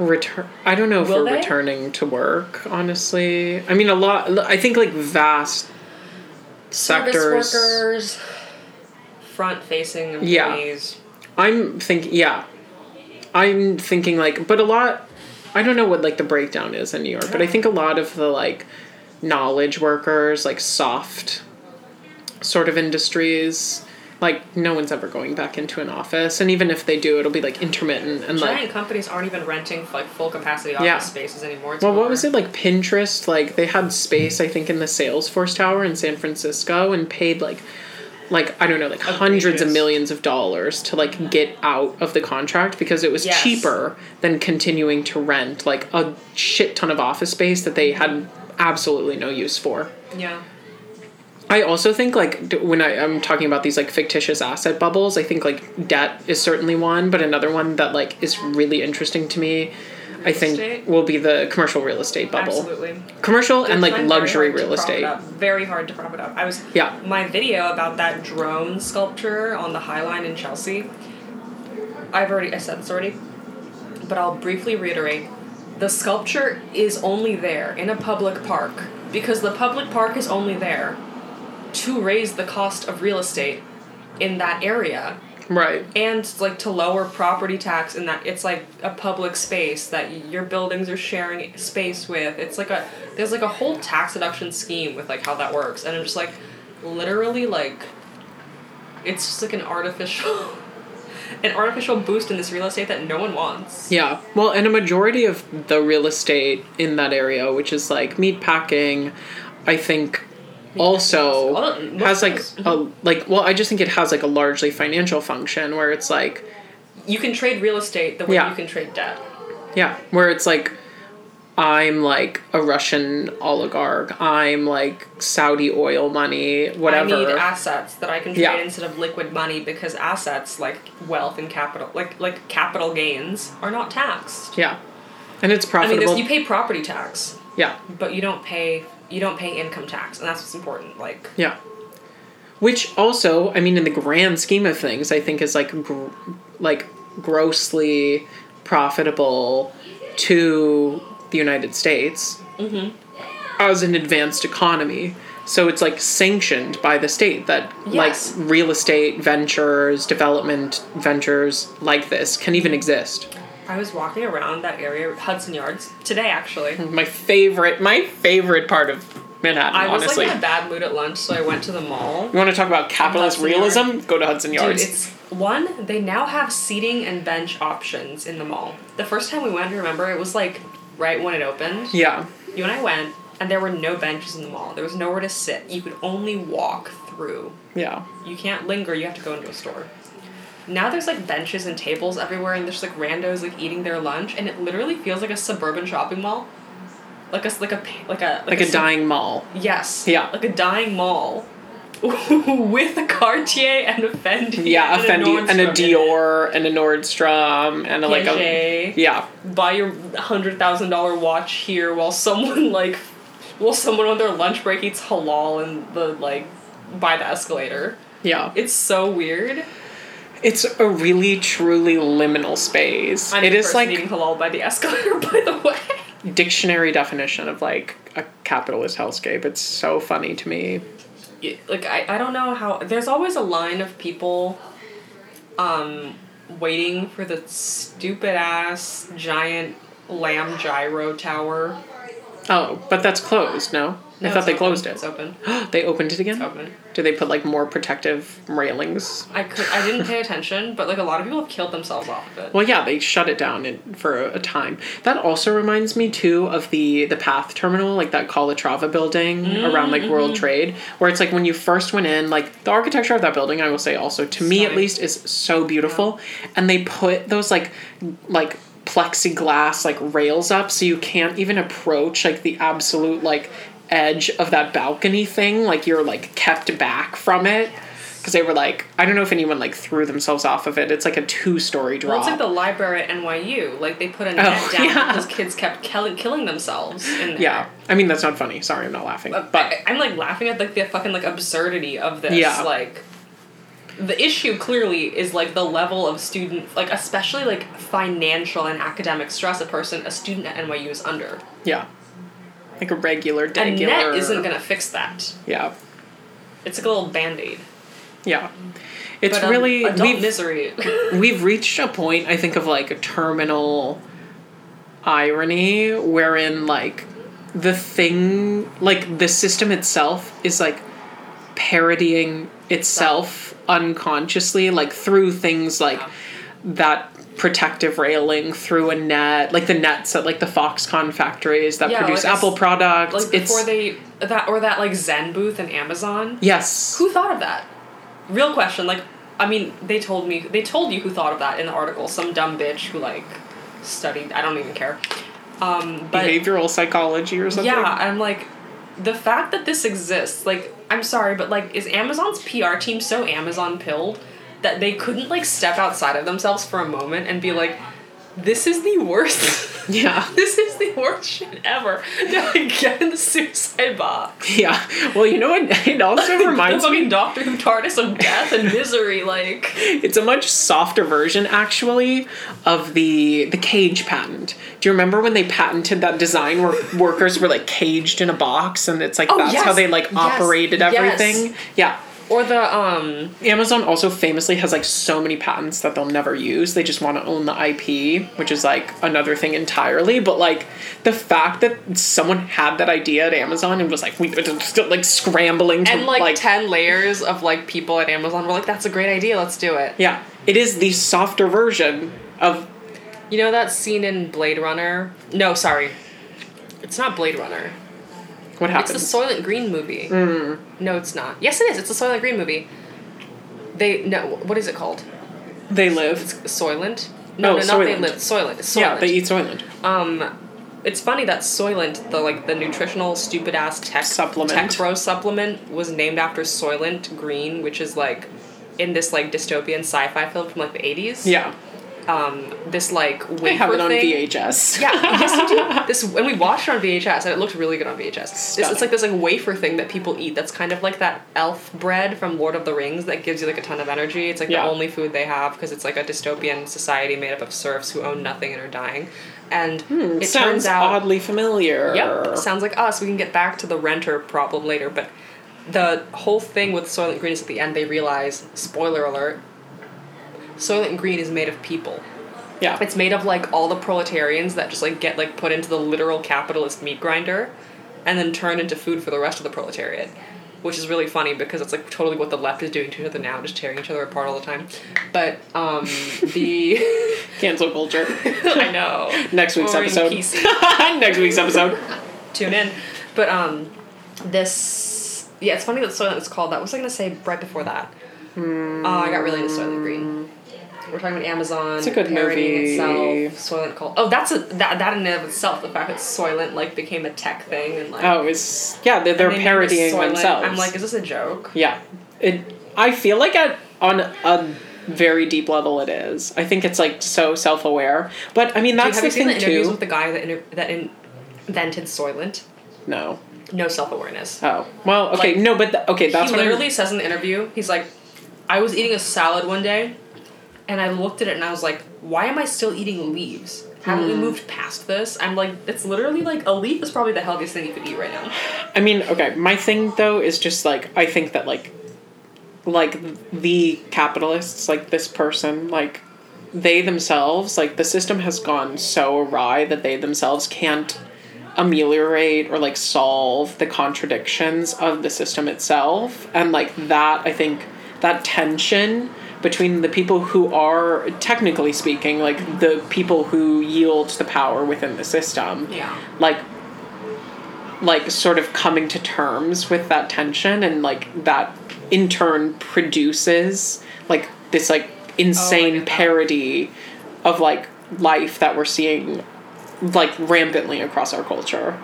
[SPEAKER 2] return i don't know if
[SPEAKER 1] Will
[SPEAKER 2] we're
[SPEAKER 1] they?
[SPEAKER 2] returning to work honestly i mean a lot i think like vast
[SPEAKER 1] Service
[SPEAKER 2] sectors
[SPEAKER 1] workers, front-facing
[SPEAKER 2] Yeah.
[SPEAKER 1] employees.
[SPEAKER 2] i'm thinking yeah i'm thinking like but a lot i don't know what like the breakdown is in new york but i think a lot of the like knowledge workers like soft sort of industries like no one's ever going back into an office and even if they do it'll be like intermittent and like
[SPEAKER 1] Giant companies aren't even renting like full capacity office
[SPEAKER 2] Yeah.
[SPEAKER 1] spaces anymore. It's
[SPEAKER 2] Well, what
[SPEAKER 1] over.
[SPEAKER 2] was it like Pinterest? Like they had space, I think, in the Salesforce Tower in San Francisco, and paid like, like I don't know, like hundreds of
[SPEAKER 1] Outrageous.
[SPEAKER 2] millions of dollars to like get out of the contract because it was
[SPEAKER 1] Yes.
[SPEAKER 2] cheaper than continuing to rent like a shit ton of office space that they had absolutely no use for.
[SPEAKER 1] Yeah.
[SPEAKER 2] I also think like d- when I, I'm talking about these like fictitious asset bubbles, I think like debt is certainly one, but another one that like is really interesting to me, I think
[SPEAKER 1] estate?
[SPEAKER 2] will be the commercial real estate bubble.
[SPEAKER 1] Absolutely.
[SPEAKER 2] Commercial and like
[SPEAKER 1] They're trying
[SPEAKER 2] luxury
[SPEAKER 1] very hard to
[SPEAKER 2] real
[SPEAKER 1] prop it
[SPEAKER 2] estate.
[SPEAKER 1] up. Very hard to prop it up. I was
[SPEAKER 2] Yeah.
[SPEAKER 1] My video about that drone sculpture on the High Line in Chelsea. I've already I said this already, but I'll briefly reiterate. The sculpture is only there in a public park because the public park is only there to raise the cost of real estate in that area
[SPEAKER 2] Right.
[SPEAKER 1] and like to lower property tax and that it's like a public space that your buildings are sharing space with it's like a there's like a whole tax deduction scheme with like how that works and i'm just like literally like it's just like an artificial [laughs] an artificial boost in this real estate that no one wants
[SPEAKER 2] Yeah. Well, and a majority of the real estate in that area, which is like meat packing, I think also
[SPEAKER 1] All the- most
[SPEAKER 2] has
[SPEAKER 1] of
[SPEAKER 2] like
[SPEAKER 1] those.
[SPEAKER 2] a like well, I just think it has like a largely financial function where it's like
[SPEAKER 1] you can trade real estate the way
[SPEAKER 2] Yeah.
[SPEAKER 1] you can trade debt
[SPEAKER 2] Yeah, where it's like I'm like a Russian oligarch. I'm like Saudi oil money, whatever.
[SPEAKER 1] I need assets that I can trade
[SPEAKER 2] Yeah.
[SPEAKER 1] instead of liquid money because assets like wealth and capital, like like capital gains, are not taxed.
[SPEAKER 2] yeah. And it's
[SPEAKER 1] I mean,
[SPEAKER 2] profitable.
[SPEAKER 1] there's, you pay property tax,
[SPEAKER 2] yeah.
[SPEAKER 1] but you don't pay you don't pay income tax, and that's what's important. Like,
[SPEAKER 2] Yeah. Which also, I mean, in the grand scheme of things, I think is like, gr- like grossly profitable to the United States
[SPEAKER 1] Mm-hmm.
[SPEAKER 2] as an advanced economy. So it's like sanctioned by the state that
[SPEAKER 1] Yes.
[SPEAKER 2] like real estate ventures, development ventures like this can even exist.
[SPEAKER 1] I was walking around that area, Hudson Yards, today actually.
[SPEAKER 2] My favorite, my favorite part of Manhattan,
[SPEAKER 1] I was
[SPEAKER 2] honestly.
[SPEAKER 1] like in a bad mood at lunch, so I went to the mall.
[SPEAKER 2] you want to talk about capitalist
[SPEAKER 1] Hudson Yards.
[SPEAKER 2] realism? Go to Hudson
[SPEAKER 1] Dude,
[SPEAKER 2] Yards.
[SPEAKER 1] it's one. They now have seating and bench options in the mall. The first time we went, I remember it was like right when it opened.
[SPEAKER 2] yeah.
[SPEAKER 1] You and I went, and there were no benches in the mall. There was nowhere to sit. You could only walk through.
[SPEAKER 2] Yeah.
[SPEAKER 1] You can't linger. You have to go into a store. Now there's like benches and tables everywhere, and there's like randos like eating their lunch, and it literally feels like a suburban shopping mall, like a s- like a pa- like a
[SPEAKER 2] like a
[SPEAKER 1] sub-
[SPEAKER 2] dying mall.
[SPEAKER 1] yes
[SPEAKER 2] Yeah.
[SPEAKER 1] like a dying mall, [laughs] with a Cartier and a Fendi
[SPEAKER 2] Yeah, a
[SPEAKER 1] and
[SPEAKER 2] Fendi and a
[SPEAKER 1] Nordstrom in it.
[SPEAKER 2] Dior and a Nordstrom and a like a
[SPEAKER 1] Piaget.
[SPEAKER 2] yeah
[SPEAKER 1] buy your hundred thousand dollar watch here while someone [laughs] like while someone on their lunch break eats halal and the like by the escalator.
[SPEAKER 2] yeah.
[SPEAKER 1] It's so weird.
[SPEAKER 2] It's a really truly liminal space.
[SPEAKER 1] I'm
[SPEAKER 2] it
[SPEAKER 1] the
[SPEAKER 2] is
[SPEAKER 1] person
[SPEAKER 2] like
[SPEAKER 1] eating halal by the escalator, [laughs] by the way.
[SPEAKER 2] dictionary definition of like a capitalist hellscape. It's so funny to me.
[SPEAKER 1] Yeah, Like I, I don't know how there's always a line of people um waiting for the stupid ass giant lamb gyro tower
[SPEAKER 2] Oh, but that's closed. No, I
[SPEAKER 1] No,
[SPEAKER 2] thought
[SPEAKER 1] it's
[SPEAKER 2] they
[SPEAKER 1] open.
[SPEAKER 2] closed
[SPEAKER 1] It's
[SPEAKER 2] it.
[SPEAKER 1] open.
[SPEAKER 2] [gasps] they opened it again.
[SPEAKER 1] It's open.
[SPEAKER 2] Do they put like more protective railings?
[SPEAKER 1] I could. I didn't pay attention, but like a lot of people have killed themselves off of it.
[SPEAKER 2] Well, yeah, they shut it down in, for a, a time. That also reminds me too of the the Path Terminal, like that Calatrava building around like
[SPEAKER 1] Mm-hmm.
[SPEAKER 2] World Trade, where it's like when you first went in, like the architecture of that building, I will say also to me at
[SPEAKER 1] Stunning.
[SPEAKER 2] least is so beautiful, and they put those like like plexiglass like rails up so you can't even approach like the absolute like edge of that balcony thing like you're like kept back from it because they were like i don't know if anyone like threw themselves off of it it's like a two-story drop
[SPEAKER 1] Well, it's like the library at NYU. Like they put a net [laughs]
[SPEAKER 2] Oh,
[SPEAKER 1] down
[SPEAKER 2] yeah.
[SPEAKER 1] because kids kept kill- killing themselves. In there.
[SPEAKER 2] Yeah, I mean that's not funny. Sorry, I'm not laughing.
[SPEAKER 1] But
[SPEAKER 2] But
[SPEAKER 1] I, am like laughing at like the fucking like absurdity of this.
[SPEAKER 2] Yeah.
[SPEAKER 1] Like the issue clearly is like the level of student like especially like financial and academic stress a person a student at NYU is under.
[SPEAKER 2] yeah, like a regular,
[SPEAKER 1] And
[SPEAKER 2] degular.
[SPEAKER 1] net isn't gonna fix that.
[SPEAKER 2] Yeah,
[SPEAKER 1] It's like a little band aid.
[SPEAKER 2] yeah. It's really
[SPEAKER 1] um, adult
[SPEAKER 2] we've
[SPEAKER 1] misery. [laughs]
[SPEAKER 2] we've reached a point I think of like a terminal irony wherein like the thing like the system itself is like parodying itself unconsciously like through things like
[SPEAKER 1] Yeah.
[SPEAKER 2] that protective railing through a net like the nets at like the Foxconn factories that
[SPEAKER 1] Yeah,
[SPEAKER 2] produce
[SPEAKER 1] like I s-
[SPEAKER 2] Apple products
[SPEAKER 1] like before
[SPEAKER 2] it's
[SPEAKER 1] they that or that like Zen booth in Amazon.
[SPEAKER 2] yes
[SPEAKER 1] Who thought of that? Real question. Like, I mean, they told me they told you who thought of that in the article. Some dumb bitch who like studied. I don't even care. Um, but
[SPEAKER 2] behavioral psychology or something
[SPEAKER 1] yeah, I'm like, the fact that this exists. Like, I'm sorry, but like, is Amazon's PR team so Amazon pilled that they couldn't like step outside of themselves for a moment and be like, this is the worst.
[SPEAKER 2] [laughs]
[SPEAKER 1] [laughs]
[SPEAKER 2] yeah
[SPEAKER 1] This is the worst shit ever. Now like, [laughs] get in the suicide box.
[SPEAKER 2] yeah well you know what
[SPEAKER 1] [laughs]
[SPEAKER 2] it also reminds
[SPEAKER 1] the
[SPEAKER 2] me
[SPEAKER 1] fucking Doctor Who TARDIS of death and misery, like.
[SPEAKER 2] It's a much softer version, actually, of the the cage patent. Do you remember when they patented that design where workers were like caged in a box, and it's like
[SPEAKER 1] Oh,
[SPEAKER 2] that's how
[SPEAKER 1] yes.
[SPEAKER 2] they like
[SPEAKER 1] Yes.
[SPEAKER 2] operated
[SPEAKER 1] Yes.
[SPEAKER 2] everything? Yeah.
[SPEAKER 1] Or the um
[SPEAKER 2] Amazon also famously has like so many patents that they'll never use. They just want to own the IP, which is like another thing entirely. But like the fact that someone had that idea at Amazon and was like, we still like scrambling to
[SPEAKER 1] and like, ten layers of like people at Amazon were like, that's a great idea, let's do it.
[SPEAKER 2] yeah, it is the softer version of
[SPEAKER 1] You know that scene in Blade Runner? No, sorry. It's not Blade Runner.
[SPEAKER 2] what
[SPEAKER 1] It's
[SPEAKER 2] happens.
[SPEAKER 1] the Soylent Green movie. No, it's not. Yes, it is. It's the Soylent Green movie. They no. What is it called?
[SPEAKER 2] they live.
[SPEAKER 1] Soylent. No, no,
[SPEAKER 2] Oh,
[SPEAKER 1] not they
[SPEAKER 2] Soylent.
[SPEAKER 1] live. Soylent. It's Soylent.
[SPEAKER 2] Yeah, they eat Soylent.
[SPEAKER 1] It's funny that Soylent, the like the nutritional stupid ass tech
[SPEAKER 2] Supplement.
[SPEAKER 1] tech bro supplement, was named after Soylent Green, which is like in this like dystopian sci-fi film from like the eighties.
[SPEAKER 2] Yeah.
[SPEAKER 1] Um, this like wafer
[SPEAKER 2] They have it on
[SPEAKER 1] thing.
[SPEAKER 2] VHS.
[SPEAKER 1] Yeah, yes, you do. This and we watched it on VHS, and it looked really good on VHS. This,
[SPEAKER 2] Stunning.
[SPEAKER 1] it's like this like wafer thing that people eat. That's kind of like that elf bread from Lord of the Rings that gives you like a ton of energy. It's like
[SPEAKER 2] Yeah.
[SPEAKER 1] the only food they have because it's like a dystopian society made up of serfs who own nothing and are dying. And
[SPEAKER 2] It,
[SPEAKER 1] it
[SPEAKER 2] Hmm, sounds
[SPEAKER 1] turns out
[SPEAKER 2] oddly familiar.
[SPEAKER 1] Yep, Uh, sounds like us. We can get back to the renter problem later, but the whole thing with Soylent Green is at the end they realize, spoiler alert, Soylent Green is made of people.
[SPEAKER 2] yeah.
[SPEAKER 1] It's made of like all the proletarians that just like get like put into the literal capitalist meat grinder and then turn into food for the rest of the proletariat. Which is really funny because it's like totally what the left is doing to each other now, just tearing each other apart all the time. But um the [laughs]
[SPEAKER 2] Cancel culture.
[SPEAKER 1] I know.
[SPEAKER 2] Next week's
[SPEAKER 1] Boring
[SPEAKER 2] episode.
[SPEAKER 1] PC.
[SPEAKER 2] Next week's episode.
[SPEAKER 1] tune in. But um, this yeah, it's funny that Soylent was called that. What was I gonna say right before that?
[SPEAKER 2] Hmm.
[SPEAKER 1] Uh, I got really into Soylent Green. We're talking about Amazon. It's
[SPEAKER 2] a good movie.
[SPEAKER 1] itself. Soylent called. Oh, that's a that that in and of itself. The fact that Soylent like became a tech thing and like
[SPEAKER 2] Oh, it's yeah. They're, they're
[SPEAKER 1] they named it
[SPEAKER 2] parodying
[SPEAKER 1] Soylent.
[SPEAKER 2] themselves.
[SPEAKER 1] I'm like, is this a joke?
[SPEAKER 2] yeah. It. I feel like at on a very deep level it is. I think it's like so self aware. But I mean
[SPEAKER 1] Dude,
[SPEAKER 2] that's
[SPEAKER 1] have you
[SPEAKER 2] the
[SPEAKER 1] seen the
[SPEAKER 2] thing
[SPEAKER 1] interviews
[SPEAKER 2] too.
[SPEAKER 1] with the guy that inter- that in- invented Soylent?
[SPEAKER 2] no.
[SPEAKER 1] No self awareness.
[SPEAKER 2] Oh well. Okay.
[SPEAKER 1] Like,
[SPEAKER 2] no. But the, okay. That's
[SPEAKER 1] he
[SPEAKER 2] what I'm-
[SPEAKER 1] literally says in the interview, he's like, I was eating a salad one day, and I looked at it and I was like, why am I still eating leaves? Haven't
[SPEAKER 2] Hmm.
[SPEAKER 1] we moved past this? I'm like, it's literally like a leaf is probably the healthiest thing you could eat right now.
[SPEAKER 2] I mean, okay, my thing though is just like I think that like like the capitalists, like this person, like they themselves, like the system has gone so awry that they themselves can't ameliorate or like solve the contradictions of the system itself and like that i think that tension between the people who are technically speaking like the people who yield to the power within the system
[SPEAKER 1] Yeah.
[SPEAKER 2] like like sort of coming to terms with that tension and like that in turn produces like this like insane
[SPEAKER 1] get that.
[SPEAKER 2] parody of like life that we're seeing like rampantly across our culture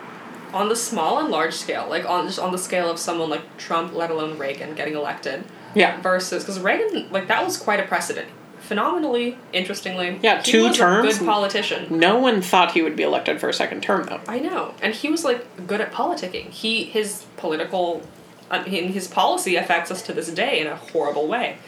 [SPEAKER 1] on the small and large scale, like on just on the scale of someone like Trump, let alone Reagan getting elected,
[SPEAKER 2] yeah
[SPEAKER 1] versus because Reagan like that was quite a precedent. Phenomenally, interestingly,
[SPEAKER 2] Yeah,
[SPEAKER 1] he
[SPEAKER 2] two
[SPEAKER 1] was
[SPEAKER 2] terms.
[SPEAKER 1] A good politician.
[SPEAKER 2] no one thought he would be elected for a second term though
[SPEAKER 1] I know, and he was like good at politicking. He his political, I mean, his policy affects us to this day in a horrible way.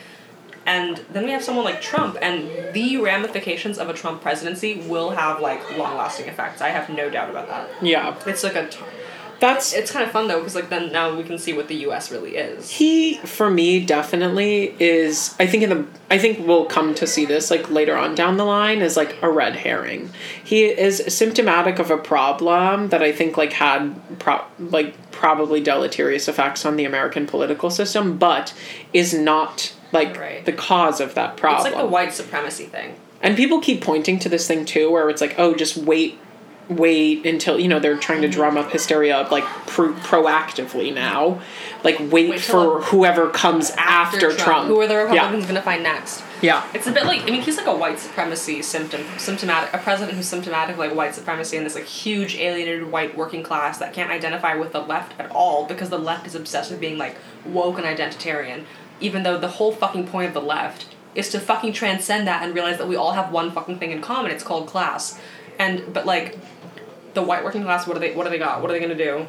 [SPEAKER 1] And then we have someone like Trump, and the ramifications of a Trump presidency will have like long lasting effects. I have no doubt about that.
[SPEAKER 2] yeah
[SPEAKER 1] It's like a, t-
[SPEAKER 2] that's
[SPEAKER 1] it's kind of fun though, because like then now we can see what the U.S. really is.
[SPEAKER 2] he for me definitely is i think in the i think we'll come to see this like later on down the line is like a red herring he is symptomatic of a problem that i think like had pro- like probably deleterious effects on the american political system but is not like
[SPEAKER 1] Right.
[SPEAKER 2] the cause of that problem
[SPEAKER 1] It's like the white supremacy thing.
[SPEAKER 2] and people keep pointing to this thing too, where it's like, oh, just wait, wait until you know they're trying to drum up hysteria, like pro- proactively now, like wait,
[SPEAKER 1] Wait till
[SPEAKER 2] for whoever comes after, Trump.
[SPEAKER 1] Who are the
[SPEAKER 2] Yeah,
[SPEAKER 1] Republicans going to find next?
[SPEAKER 2] yeah,
[SPEAKER 1] It's a bit like I mean he's like a white supremacy symptom symptomatic a president who's symptomatic of like white supremacy and this like huge alienated white working class that can't identify with the left at all because the left is obsessed with being like woke and identitarian even though the whole fucking point of the left is to fucking transcend that and realize that we all have one fucking thing in common it's called class and but like the white working class what do they what do they got what are they going to do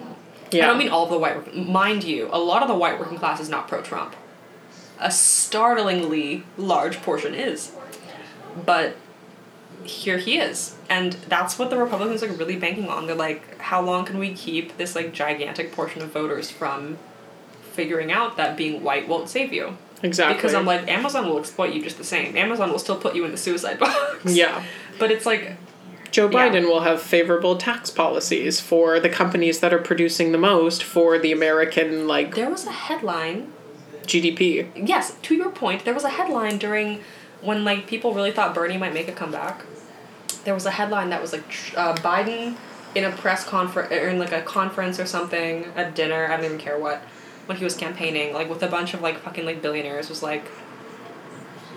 [SPEAKER 2] yeah.
[SPEAKER 1] I don't mean all of the white, work- mind you, a lot of the white working class is not pro Trump. A startlingly large portion is. But here he is. And that's what the Republicans are really banking on. They're like, how long can we keep this like gigantic portion of voters from figuring out that being white won't save you?
[SPEAKER 2] exactly.
[SPEAKER 1] Because I'm like, Amazon will exploit you just the same. Amazon will still put you in the suicide box.
[SPEAKER 2] yeah.
[SPEAKER 1] [laughs] But it's like,
[SPEAKER 2] Joe
[SPEAKER 1] Yeah.
[SPEAKER 2] Biden will have favorable tax policies for the companies that are producing the most for the American like
[SPEAKER 1] there was a headline
[SPEAKER 2] GDP.
[SPEAKER 1] yes, to your point, there was a headline during when like people really thought Bernie might make a comeback. There was a headline that was like tr- uh, Biden in a press conference or in like a conference or something, a dinner, I don't even care what, when he was campaigning, like with a bunch of like fucking like billionaires was like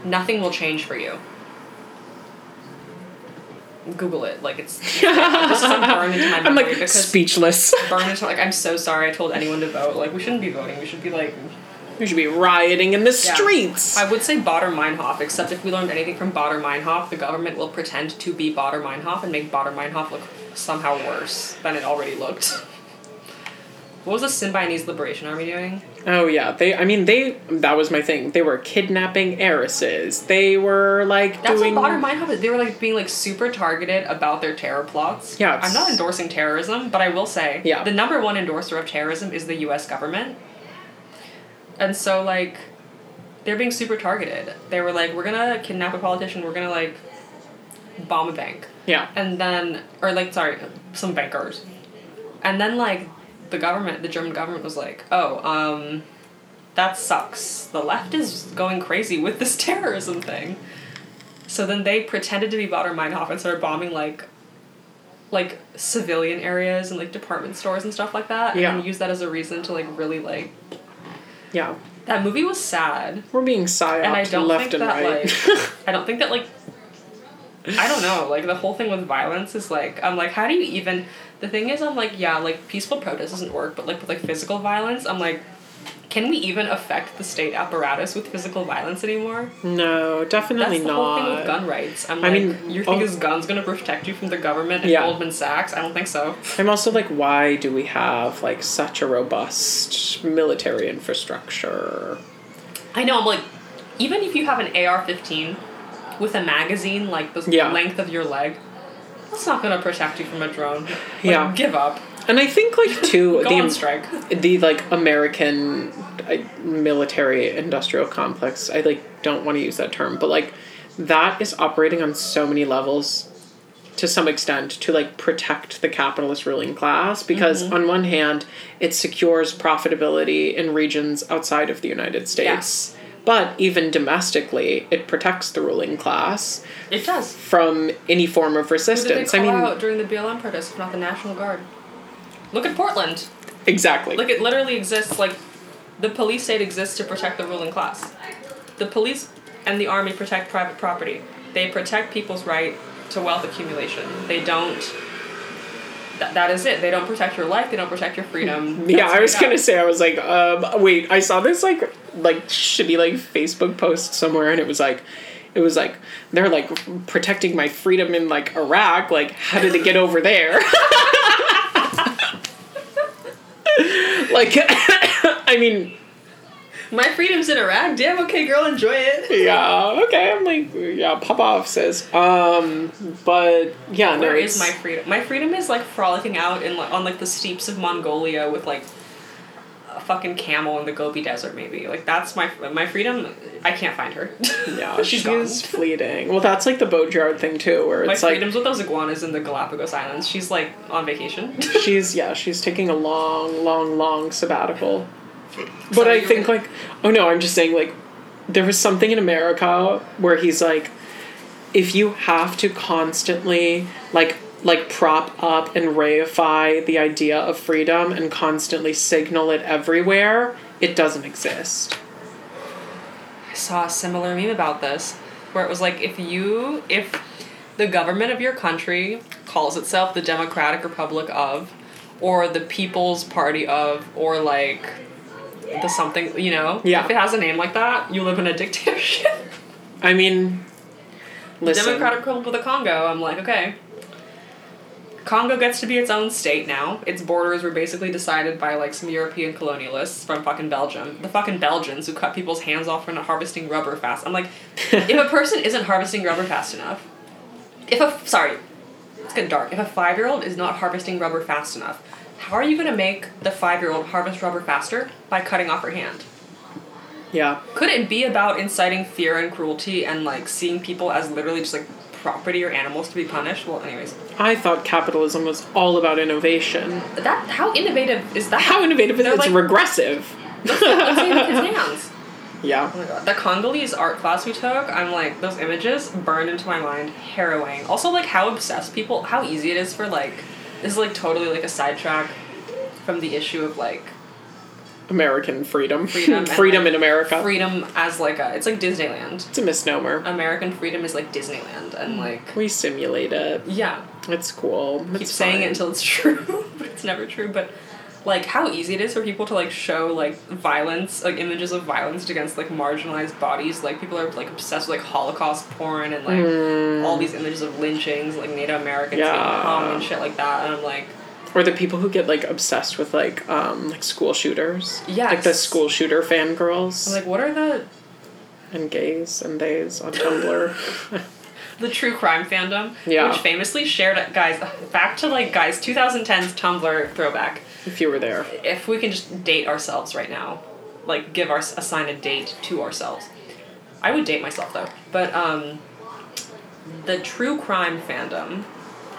[SPEAKER 1] nothing will change for you. Google it. Like
[SPEAKER 2] [laughs]
[SPEAKER 1] it's this isn't burned into my memory
[SPEAKER 2] I'm like
[SPEAKER 1] because
[SPEAKER 2] speechless. [laughs]
[SPEAKER 1] burned into like I'm so sorry I told anyone to vote. Like we shouldn't be voting. We should be like
[SPEAKER 2] we should be rioting in the
[SPEAKER 1] yeah.
[SPEAKER 2] streets.
[SPEAKER 1] I would say Bader Meinhof, except if we learned anything from Bader Meinhof, the government will pretend to be Bader Meinhof and make Bader Meinhof look somehow worse than it already looked. [laughs] What was the Symbionese Liberation Army doing?
[SPEAKER 2] Oh yeah, they. I mean, they. That was my thing. They were kidnapping heiresses. They were like
[SPEAKER 1] That's
[SPEAKER 2] doing.
[SPEAKER 1] what Bader Meinhof is. They were like being like super targeted about their terror plots.
[SPEAKER 2] Yeah, it's-
[SPEAKER 1] I'm not endorsing terrorism, but I will say
[SPEAKER 2] Yeah.
[SPEAKER 1] the number one endorser of terrorism is the U.S. government, and so like they're being super targeted. They were like, we're gonna kidnap a politician. We're gonna like bomb a bank.
[SPEAKER 2] yeah,
[SPEAKER 1] and then or like sorry some bankers and then like the government the german government was like oh um that sucks the left is going crazy with this [laughs] terrorism thing so then they pretended to be bader meinhof and started bombing like like civilian areas and like department stores and stuff like that
[SPEAKER 2] Yeah.
[SPEAKER 1] and use that as a reason to like really like
[SPEAKER 2] yeah.
[SPEAKER 1] that movie was sad
[SPEAKER 2] We're being psyoped
[SPEAKER 1] and I don't
[SPEAKER 2] left
[SPEAKER 1] think
[SPEAKER 2] and
[SPEAKER 1] that
[SPEAKER 2] right.
[SPEAKER 1] like I don't think that like I don't know like the whole thing with violence is like I'm like how do you even the thing is I'm like yeah like peaceful protest doesn't work but like with like physical violence I'm like can we even affect the state apparatus with physical violence anymore?
[SPEAKER 2] [laughs] no,
[SPEAKER 1] That's
[SPEAKER 2] definitely
[SPEAKER 1] the
[SPEAKER 2] not.
[SPEAKER 1] whole thing with gun rights. I'm
[SPEAKER 2] I
[SPEAKER 1] like,
[SPEAKER 2] mean,
[SPEAKER 1] you think
[SPEAKER 2] oh-
[SPEAKER 1] this gun's gonna protect you from the government and
[SPEAKER 2] Yeah.
[SPEAKER 1] Goldman Sachs? I don't think so.
[SPEAKER 2] I'm also like, why do we have like such a robust military infrastructure?
[SPEAKER 1] I know. I'm like, even if you have an AR-15 with a magazine like the
[SPEAKER 2] Yeah.
[SPEAKER 1] length of your leg, that's not gonna protect you from a drone. Like,
[SPEAKER 2] Yeah.
[SPEAKER 1] Give up.
[SPEAKER 2] And I think like too
[SPEAKER 1] Go
[SPEAKER 2] the
[SPEAKER 1] on strike.
[SPEAKER 2] the like American uh, military industrial complex. I like don't want to use that term, but like that is operating on so many levels to some extent to like protect the capitalist ruling class because
[SPEAKER 1] Mm-hmm.
[SPEAKER 2] on one hand it secures profitability in regions outside of the United States. But even domestically, it protects the ruling class
[SPEAKER 1] It does.
[SPEAKER 2] from any form of
[SPEAKER 1] Who did they
[SPEAKER 2] resistance.
[SPEAKER 1] call
[SPEAKER 2] I mean,
[SPEAKER 1] out during the BLM protests, if not the National Guard? Look at Portland.
[SPEAKER 2] exactly.
[SPEAKER 1] Like it literally exists. Like the police state exists to protect the ruling class. The police and the army protect private property. They protect people's right to wealth accumulation. They don't. That, that is it. They don't protect your life. They don't protect your
[SPEAKER 2] [laughs]
[SPEAKER 1] freedom.
[SPEAKER 2] yeah,
[SPEAKER 1] That's
[SPEAKER 2] I was
[SPEAKER 1] what they
[SPEAKER 2] gonna
[SPEAKER 1] got.
[SPEAKER 2] say I was like, um, wait, I saw this like like shitty like Facebook post somewhere, and it was like, it was like they're like protecting my freedom in like Iraq. Like, how did it get over there? [laughs] like, [coughs] I mean,
[SPEAKER 1] My freedom's in Iraq. Damn. Okay, girl, enjoy
[SPEAKER 2] [laughs]
[SPEAKER 1] it.
[SPEAKER 2] yeah, okay. I'm like, yeah, pop off, sis. Um, but yeah, no,
[SPEAKER 1] Where is
[SPEAKER 2] it's-
[SPEAKER 1] my freedom? My freedom is like frolicking out in like, on like the steeps of Mongolia with like a fucking camel in the Gobi Desert. Maybe like that's my my freedom. I can't find her. [laughs]
[SPEAKER 2] Yeah,
[SPEAKER 1] she's
[SPEAKER 2] she's
[SPEAKER 1] gone.
[SPEAKER 2] fleeting. Well, that's like the Baudrillard thing too, where
[SPEAKER 1] My
[SPEAKER 2] it's like
[SPEAKER 1] freedom's with those iguanas in the Galapagos Islands. She's like on vacation. [laughs]
[SPEAKER 2] she's yeah she's taking a long long long sabbatical but
[SPEAKER 1] Sorry,
[SPEAKER 2] i
[SPEAKER 1] you were
[SPEAKER 2] think
[SPEAKER 1] gonna-
[SPEAKER 2] like oh no i'm just saying like there was something in america where he's like if you have to constantly like like prop up and reify the idea of freedom and constantly signal it everywhere it doesn't exist
[SPEAKER 1] I saw a similar meme about this where it was like if you if the government of your country calls itself the Democratic Republic of or the People's Party of or like the something, you know,
[SPEAKER 2] Yeah.
[SPEAKER 1] if it has a name like that, you live in a dictatorship. [laughs]
[SPEAKER 2] i mean listen
[SPEAKER 1] Democratic Republic of the Congo. I'm like, okay. Congo gets to be its own state now. Its borders were basically decided by like some European colonialists from fucking Belgium. The fucking Belgians who cut people's hands off for not harvesting rubber fast. I'm like, if a person isn't harvesting rubber fast enough, if a sorry, it's getting dark. If a five year old is not harvesting rubber fast enough, how are you gonna make the five year old harvest rubber faster by cutting off her hand?
[SPEAKER 2] yeah
[SPEAKER 1] could it be about inciting fear and cruelty and like seeing people as literally just like property or animals to be punished well anyways
[SPEAKER 2] i thought capitalism was all about innovation
[SPEAKER 1] that how innovative is that
[SPEAKER 2] how innovative is it?
[SPEAKER 1] They're
[SPEAKER 2] it's
[SPEAKER 1] like-
[SPEAKER 2] regressive
[SPEAKER 1] Let's see with
[SPEAKER 2] [laughs]
[SPEAKER 1] his hands
[SPEAKER 2] yeah
[SPEAKER 1] oh my god the congolese art class we took i'm like those images burned into my mind harrowing also like how obsessed people how easy it is for like this is like totally like a sidetrack from the issue of like
[SPEAKER 2] American freedom. [laughs]
[SPEAKER 1] Freedom
[SPEAKER 2] Freedom,
[SPEAKER 1] and, like,
[SPEAKER 2] in America.
[SPEAKER 1] freedom as like a it's like disneyland
[SPEAKER 2] it's a misnomer.
[SPEAKER 1] american freedom is like disneyland
[SPEAKER 2] Hmm.
[SPEAKER 1] and like
[SPEAKER 2] we simulate it.
[SPEAKER 1] yeah
[SPEAKER 2] It's cool. It's
[SPEAKER 1] keep saying
[SPEAKER 2] fine.
[SPEAKER 1] it until it's [laughs] true, but it's never true. But like how easy it is for people to like show like violence, like images of violence against like marginalized bodies. Like people are like obsessed with like Holocaust porn and like all these images of lynchings, like Native Americans being
[SPEAKER 2] Hmm. Yeah.
[SPEAKER 1] hung and shit like that. And I'm like,
[SPEAKER 2] or the people who get like obsessed with like um like school shooters. Like the
[SPEAKER 1] Yes.
[SPEAKER 2] school shooter fangirls
[SPEAKER 1] I'm like, what are the
[SPEAKER 2] and gays and theys
[SPEAKER 1] [laughs]
[SPEAKER 2] on Tumblr.
[SPEAKER 1] the true crime fandom,
[SPEAKER 2] Yeah.
[SPEAKER 1] which famously shared guys back to like guys 2010's Tumblr throwback.
[SPEAKER 2] if you were there.
[SPEAKER 1] if we can just date ourselves right now, like give our assign a date to ourselves. I would date myself though, but um, the true crime fandom,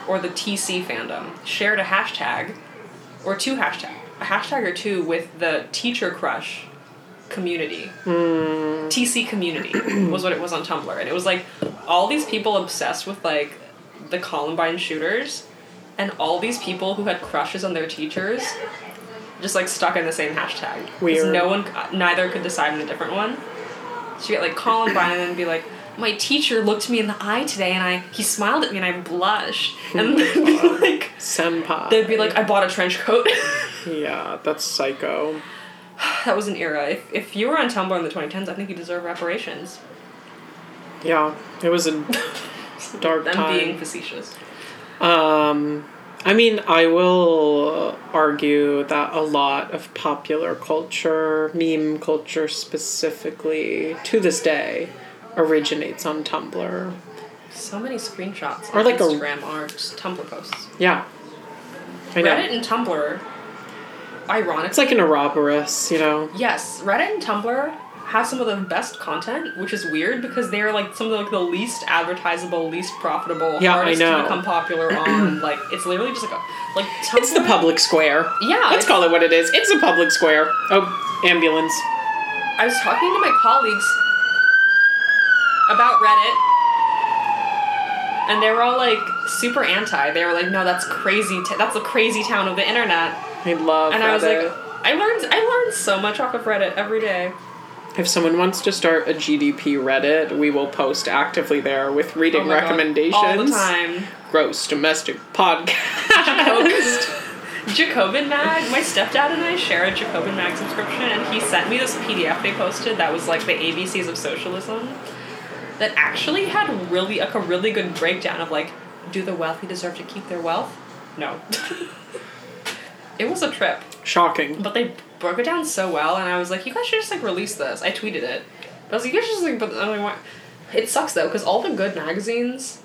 [SPEAKER 1] or the TC fandom, shared a hashtag, or two hashtag, a hashtag or two with the teacher crush community. TC community was what it was on Tumblr, and it was like all these people obsessed with like the Columbine shooters, and all these people who had crushes on their teachers, just like stuck in the same hashtag. 'Cause
[SPEAKER 2] Weird.
[SPEAKER 1] No one, uh, neither could decide on a different one. She get like Columbine and then be like, my teacher looked me in the eye today, and I he smiled at me, and I blushed, and then be like.
[SPEAKER 2] Senpai.
[SPEAKER 1] They'd be like, I bought a trench coat. [laughs]
[SPEAKER 2] Yeah, that's psycho.
[SPEAKER 1] that was an era. If, if you were on Tumblr in the 2010s, I think you deserve reparations.
[SPEAKER 2] Yeah. It
[SPEAKER 1] [laughs]
[SPEAKER 2] was a dark
[SPEAKER 1] Them
[SPEAKER 2] time.
[SPEAKER 1] being facetious.
[SPEAKER 2] Um, I mean, I will argue that a lot of popular culture, meme culture specifically, to this day, originates on Tumblr.
[SPEAKER 1] So many screenshots
[SPEAKER 2] Or
[SPEAKER 1] on
[SPEAKER 2] like a-
[SPEAKER 1] Instagram are just Tumblr posts.
[SPEAKER 2] Yeah. I know.
[SPEAKER 1] Reddit and Tumblr, ironically,
[SPEAKER 2] It's like an Ouroboros, you know?
[SPEAKER 1] yes, Reddit and Tumblr have some of the best content, which is weird because they are like some of the, like the least advertisable, least profitable,
[SPEAKER 2] Yeah, I
[SPEAKER 1] hardest
[SPEAKER 2] know.
[SPEAKER 1] to become popular
[SPEAKER 2] [clears throat]
[SPEAKER 1] on. like it's literally just like a like Tumblr.
[SPEAKER 2] It's the public square.
[SPEAKER 1] Yeah,
[SPEAKER 2] Let's
[SPEAKER 1] it's-
[SPEAKER 2] call it what it is. It's the public square. Oh, ambulance.
[SPEAKER 1] I was talking to my colleagues about Reddit, and they were all like super anti. They were like, "No, that's crazy. T- that's the crazy town of the internet."
[SPEAKER 2] I love
[SPEAKER 1] And I was like,
[SPEAKER 2] Reddit.
[SPEAKER 1] "I learned. I learned so much off of Reddit every day."
[SPEAKER 2] If someone wants to start a GDP Reddit, we will post actively there with reading
[SPEAKER 1] Oh my God.
[SPEAKER 2] recommendations.
[SPEAKER 1] all the time.
[SPEAKER 2] Gross domestic podcast. [laughs]
[SPEAKER 1] Jacobin- [laughs] Jacobin Mag. My stepdad and I share a Jacobin Mag subscription, and he sent me this PDF they posted that was like the ABCs of socialism. That actually had really like a really good breakdown of like, do the wealthy deserve to keep their wealth? No. [laughs] it was a trip,
[SPEAKER 2] Shocking.
[SPEAKER 1] but they broke it down so well, and I was like, you guys should just like release this. I tweeted it. But I was like, you guys should just like, but I don't want. It sucks though, because all the good magazines.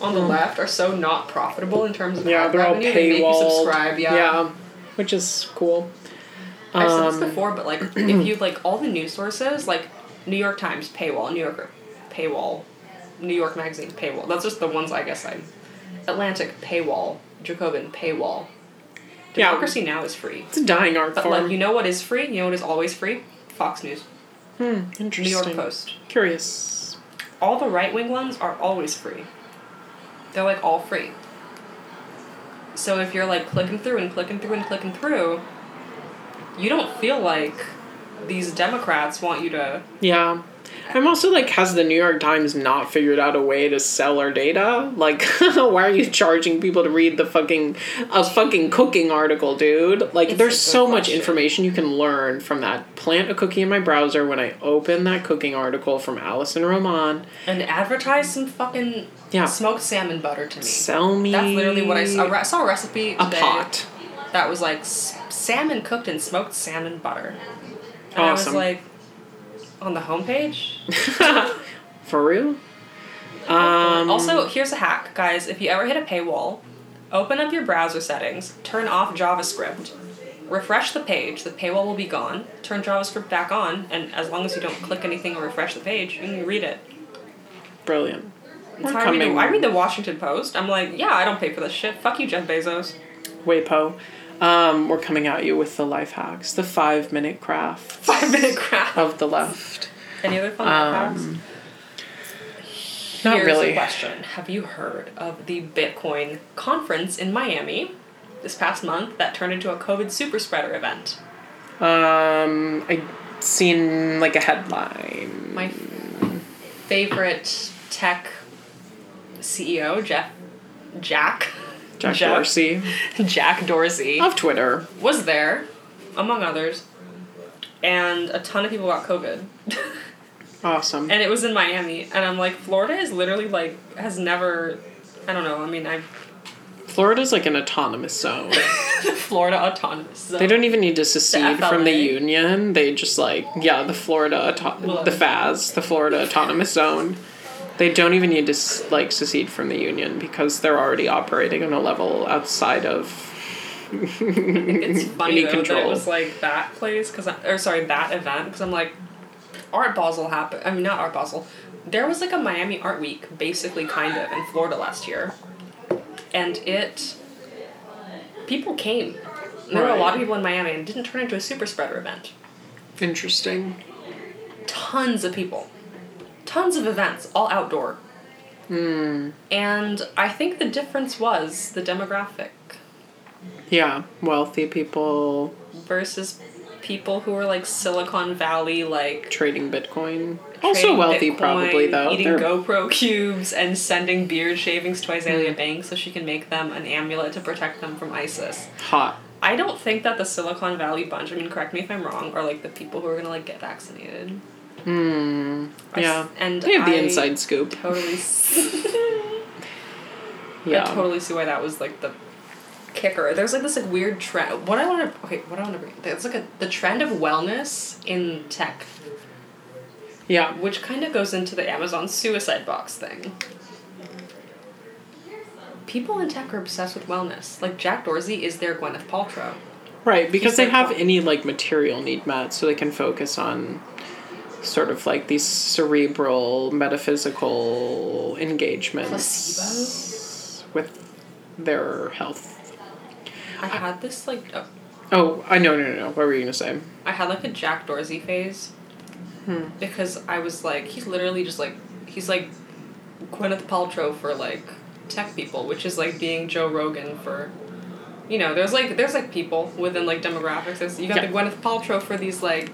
[SPEAKER 1] On the left are so not profitable in terms of
[SPEAKER 2] Mm. Yeah,
[SPEAKER 1] ad
[SPEAKER 2] they're all
[SPEAKER 1] revenue. They make you
[SPEAKER 2] paywalled.
[SPEAKER 1] subscribe,
[SPEAKER 2] which is cool.
[SPEAKER 1] I've
[SPEAKER 2] um,
[SPEAKER 1] said this before, but
[SPEAKER 2] [clears throat]
[SPEAKER 1] like if you like all the news sources, like New York Times paywall, New Yorker paywall, New York Magazine paywall. That's just the ones I guess I'm. Atlantic paywall, Jacobin paywall.
[SPEAKER 2] Yeah.
[SPEAKER 1] Democracy Now is free,
[SPEAKER 2] It's a dying art
[SPEAKER 1] but
[SPEAKER 2] form.
[SPEAKER 1] like you know what is free? You know what is always free? Fox News, New
[SPEAKER 2] Interesting.
[SPEAKER 1] York Post.
[SPEAKER 2] Curious.
[SPEAKER 1] All the right wing ones are always free. They're like all free. So if you're like clicking through and clicking through and clicking through, you don't feel like these Democrats want you to.
[SPEAKER 2] Yeah. I'm also like, has the New York Times not figured out a way to sell our data? Like, [laughs] why are you charging people to read the fucking a fucking cooking article, dude? Like,
[SPEAKER 1] It's a
[SPEAKER 2] there's
[SPEAKER 1] good
[SPEAKER 2] so much
[SPEAKER 1] question.
[SPEAKER 2] information you can learn from that. Plant a cookie in my browser when I open that cooking article from Alison Roman.
[SPEAKER 1] And advertise some fucking
[SPEAKER 2] Yeah.
[SPEAKER 1] smoked salmon butter to me.
[SPEAKER 2] Sell me.
[SPEAKER 1] That's literally what I saw. I saw a recipe
[SPEAKER 2] A
[SPEAKER 1] today
[SPEAKER 2] pot.
[SPEAKER 1] that was like s- salmon cooked in smoked salmon butter. And I was
[SPEAKER 2] Awesome.
[SPEAKER 1] like, on the homepage?
[SPEAKER 2] For real? Um,
[SPEAKER 1] also, here's a hack, guys. If you ever hit a paywall, open up your browser settings, turn off JavaScript, refresh the page, the paywall will be gone, turn JavaScript back on, and as long as you don't click anything or refresh the page, you can read it.
[SPEAKER 2] brilliant.
[SPEAKER 1] It's
[SPEAKER 2] We're
[SPEAKER 1] how I, read the,
[SPEAKER 2] coming.
[SPEAKER 1] I read the Washington Post. I'm like, yeah, I don't pay for this shit. Fuck you, Jeff Bezos. [laughs]
[SPEAKER 2] Waypo. Um, we're coming at you with the life hacks, the five minute craft
[SPEAKER 1] Five minute crap.
[SPEAKER 2] of the left.
[SPEAKER 1] Any other fun
[SPEAKER 2] Oh. Um,
[SPEAKER 1] hacks?
[SPEAKER 2] not
[SPEAKER 1] Here's a
[SPEAKER 2] really.
[SPEAKER 1] question. Have you heard of the Bitcoin conference in Miami this past month that turned into a COVID super spreader event?
[SPEAKER 2] Um, I seen like a headline.
[SPEAKER 1] my favorite tech CEO, Jeff Jack
[SPEAKER 2] Jack
[SPEAKER 1] Jeff-
[SPEAKER 2] Dorsey
[SPEAKER 1] [laughs] Jack Dorsey
[SPEAKER 2] of Twitter.
[SPEAKER 1] was there, among others, and a ton of people got COVID. [laughs]
[SPEAKER 2] Awesome.
[SPEAKER 1] and it was in Miami, and I'm like, Florida is literally like has never. I don't know. I mean, I
[SPEAKER 2] Florida's like an autonomous zone.
[SPEAKER 1] the Florida autonomous zone.
[SPEAKER 2] They don't even need to secede
[SPEAKER 1] Oh. The
[SPEAKER 2] from the
[SPEAKER 1] FLA.
[SPEAKER 2] union. They just like yeah, the Florida auto-
[SPEAKER 1] Well,
[SPEAKER 2] the FAS, the Florida Autonomous Zone. They don't even need to s- like secede from the union because they're already operating on a level outside of
[SPEAKER 1] it's funny
[SPEAKER 2] Any
[SPEAKER 1] though that it
[SPEAKER 2] control.
[SPEAKER 1] was like that place because or sorry that event because I'm like, Art Basel happened. I mean not Art Basel. There was like a Miami Art Week, basically kind of in Florida last year, and it. People came. There were a lot
[SPEAKER 2] Right.
[SPEAKER 1] of people in Miami, and it didn't turn into a super spreader event.
[SPEAKER 2] interesting.
[SPEAKER 1] Tons of people, tons of events, all outdoor. And I think the difference was the demographic.
[SPEAKER 2] Yeah, wealthy people
[SPEAKER 1] versus people who are like Silicon Valley, like
[SPEAKER 2] trading Bitcoin. also
[SPEAKER 1] trading
[SPEAKER 2] wealthy,
[SPEAKER 1] Bitcoin,
[SPEAKER 2] probably though.
[SPEAKER 1] eating
[SPEAKER 2] They're-
[SPEAKER 1] GoPro cubes and sending beard shavings to
[SPEAKER 2] Hmm.
[SPEAKER 1] Isaiah Banks so she can make them an amulet to protect them from ISIS.
[SPEAKER 2] hot.
[SPEAKER 1] I don't think that the Silicon Valley bunch, I mean, correct me if I'm wrong, are like the people who are gonna like get vaccinated. I s-
[SPEAKER 2] Yeah,
[SPEAKER 1] and
[SPEAKER 2] Hmm. they have the
[SPEAKER 1] I
[SPEAKER 2] inside scoop.
[SPEAKER 1] Totally.
[SPEAKER 2] [laughs]
[SPEAKER 1] s-
[SPEAKER 2] Yeah,
[SPEAKER 1] I totally see why that was like the kicker. There's like this like weird trend. What I want to okay, what I want to bring. There's like a the trend of wellness in tech
[SPEAKER 2] yeah.
[SPEAKER 1] which kind of goes into the Amazon suicide box thing. People in tech are obsessed with wellness. Like Jack Dorsey is their Gwyneth Paltrow.
[SPEAKER 2] Right, because they
[SPEAKER 1] like,
[SPEAKER 2] have
[SPEAKER 1] "Well-"
[SPEAKER 2] any like material need met, so they can focus on sort of like these cerebral, metaphysical engagements with their health.
[SPEAKER 1] I had this like oh,
[SPEAKER 2] Oh, I know, no, no, no. What were you gonna say?
[SPEAKER 1] I had like a Jack Dorsey phase
[SPEAKER 2] Hmm.
[SPEAKER 1] because I was like he's literally just like he's like Gwyneth Paltrow for like tech people, which is like being Joe Rogan for you know there's like there's like people within like demographics. There's, you got
[SPEAKER 2] Yeah.
[SPEAKER 1] the Gwyneth Paltrow for these like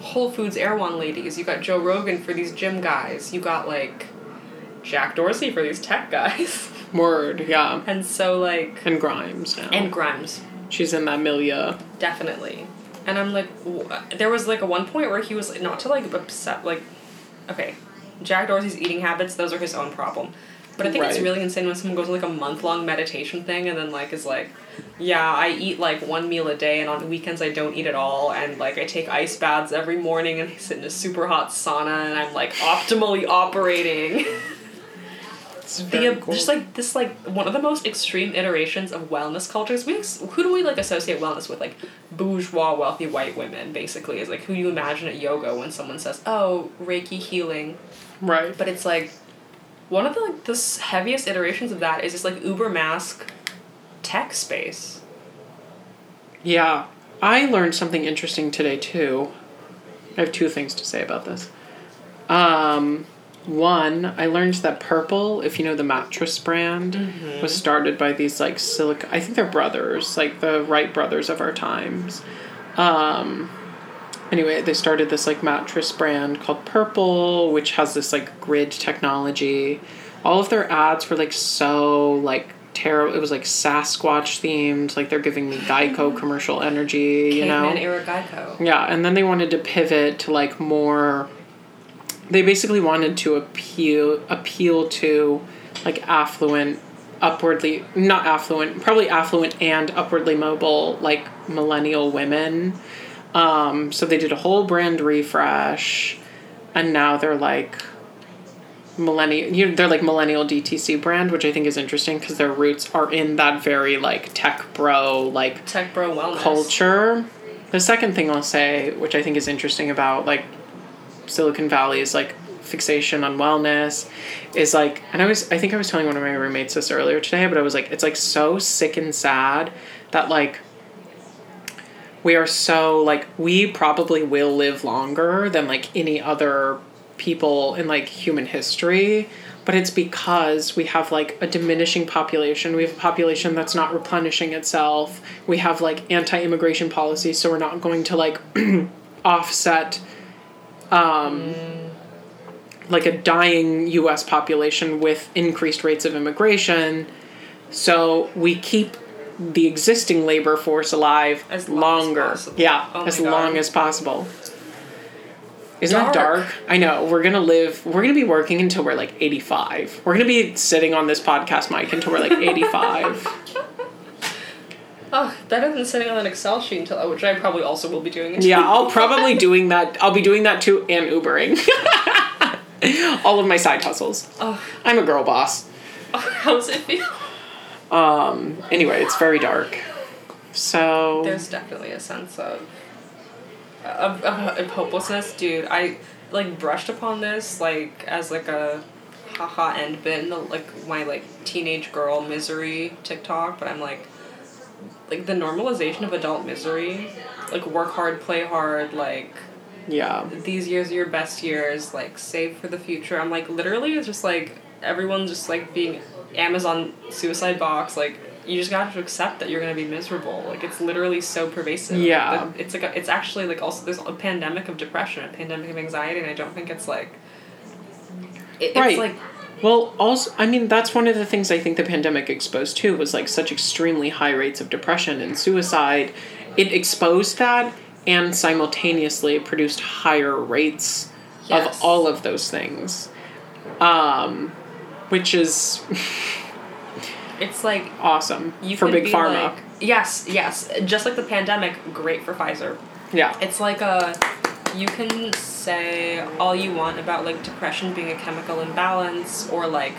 [SPEAKER 1] Whole Foods Erewhon ladies. You got Joe Rogan for these gym guys. You got like Jack Dorsey for these tech guys, [laughs]
[SPEAKER 2] Word, yeah.
[SPEAKER 1] and so like
[SPEAKER 2] And Grimes now.
[SPEAKER 1] and Grimes.
[SPEAKER 2] she's in that Amelia.
[SPEAKER 1] definitely and i'm like w- there was like a one point where he was like not to like upset like okay jack dorsey's eating habits those are his own problem but i think it's
[SPEAKER 2] Right.
[SPEAKER 1] really insane when someone goes on like a month-long meditation thing and then like is like yeah i eat like one meal a day and on weekends i don't eat at all and like i take ice baths every morning and i sit in a super hot sauna and i'm like optimally operating [laughs]
[SPEAKER 2] It's
[SPEAKER 1] the
[SPEAKER 2] very
[SPEAKER 1] ab
[SPEAKER 2] cool.
[SPEAKER 1] just like this like one of the most extreme iterations of wellness cultures we ex- who do we like associate wellness with like bourgeois wealthy white women basically is like who you imagine at yoga when someone says oh reiki healing
[SPEAKER 2] right.
[SPEAKER 1] but it's like one of the like the s- heaviest iterations of that is this like uber mask tech space
[SPEAKER 2] Yeah. I learned something interesting today, too. I have two things to say about this. Um, one, I learned that Purple, if you know the mattress brand, was started by these like silica. I think they're brothers, like the Wright brothers of our times. Um, anyway, they started this like mattress brand called Purple, which has this like grid technology. All of their ads were like so like terrible. It was like Sasquatch themed. Like they're giving me Geico commercial energy. You know,
[SPEAKER 1] caveman era Geico
[SPEAKER 2] yeah, and then they wanted to pivot to like more. They basically wanted to appeal appeal to like affluent, upwardly not affluent, probably affluent and upwardly mobile like millennial women. Um, so they did a whole brand refresh, and now they're like millennial. You know, they're like millennial DTC brand, which I think is interesting because their roots are in that very like tech bro like
[SPEAKER 1] tech bro wellness
[SPEAKER 2] culture. The second thing I'll say, which I think is interesting about like Silicon Valley's like fixation on wellness, is like, and I was, I think I was telling one of my roommates this earlier today, but I was like, it's like so sick and sad that like we are so like we probably will live longer than like any other people in like human history but it's because we have like a diminishing population we have a population that's not replenishing itself we have like anti-immigration policies so we're not going to like offset um, like a dying US population with increased rates of immigration. So we keep the existing labor force alive
[SPEAKER 1] As long as
[SPEAKER 2] longer.
[SPEAKER 1] possible.
[SPEAKER 2] yeah,
[SPEAKER 1] Oh my
[SPEAKER 2] as
[SPEAKER 1] God.
[SPEAKER 2] long as possible. Isn't that
[SPEAKER 1] Dark.
[SPEAKER 2] dark? I know. We're going to live, we're going to be working until we're like 85. We're going to be sitting on this podcast mic until we're like 85.
[SPEAKER 1] oh better than sitting on an excel sheet until which i probably also will be doing
[SPEAKER 2] Yeah, I'll probably doing that. I'll be doing that too and Ubering. [laughs] All of my side hustles.
[SPEAKER 1] oh,
[SPEAKER 2] I'm a girl boss.
[SPEAKER 1] [laughs] how does it feel
[SPEAKER 2] Um, anyway, it's very dark. So
[SPEAKER 1] there's definitely a sense of of, of, of hopelessness dude i like brushed upon this like as like a haha end bit in the, like my like teenage girl misery tiktok but i'm like like the normalization of adult misery like work hard play hard like
[SPEAKER 2] yeah,
[SPEAKER 1] these years are your best years like save for the future i'm like literally it's just like everyone's just like being amazon suicide box like you just got to accept that you're gonna be miserable like it's literally so pervasive Like,
[SPEAKER 2] Yeah.
[SPEAKER 1] the- it's like a, it's actually like also there's a pandemic of depression a pandemic of anxiety and i don't think it's like it,
[SPEAKER 2] Right.
[SPEAKER 1] it's like
[SPEAKER 2] well, also, I mean, that's one of the things I think the pandemic exposed too was like such extremely high rates of depression and suicide. It exposed that and simultaneously produced higher rates
[SPEAKER 1] Yes.
[SPEAKER 2] of all of those things, um, which is
[SPEAKER 1] it's like
[SPEAKER 2] awesome
[SPEAKER 1] you
[SPEAKER 2] for
[SPEAKER 1] could
[SPEAKER 2] big
[SPEAKER 1] be
[SPEAKER 2] pharma.
[SPEAKER 1] like, yes yes just like the pandemic great for pfizer
[SPEAKER 2] yeah,
[SPEAKER 1] It's like a you can say all you want about like depression being a chemical imbalance or like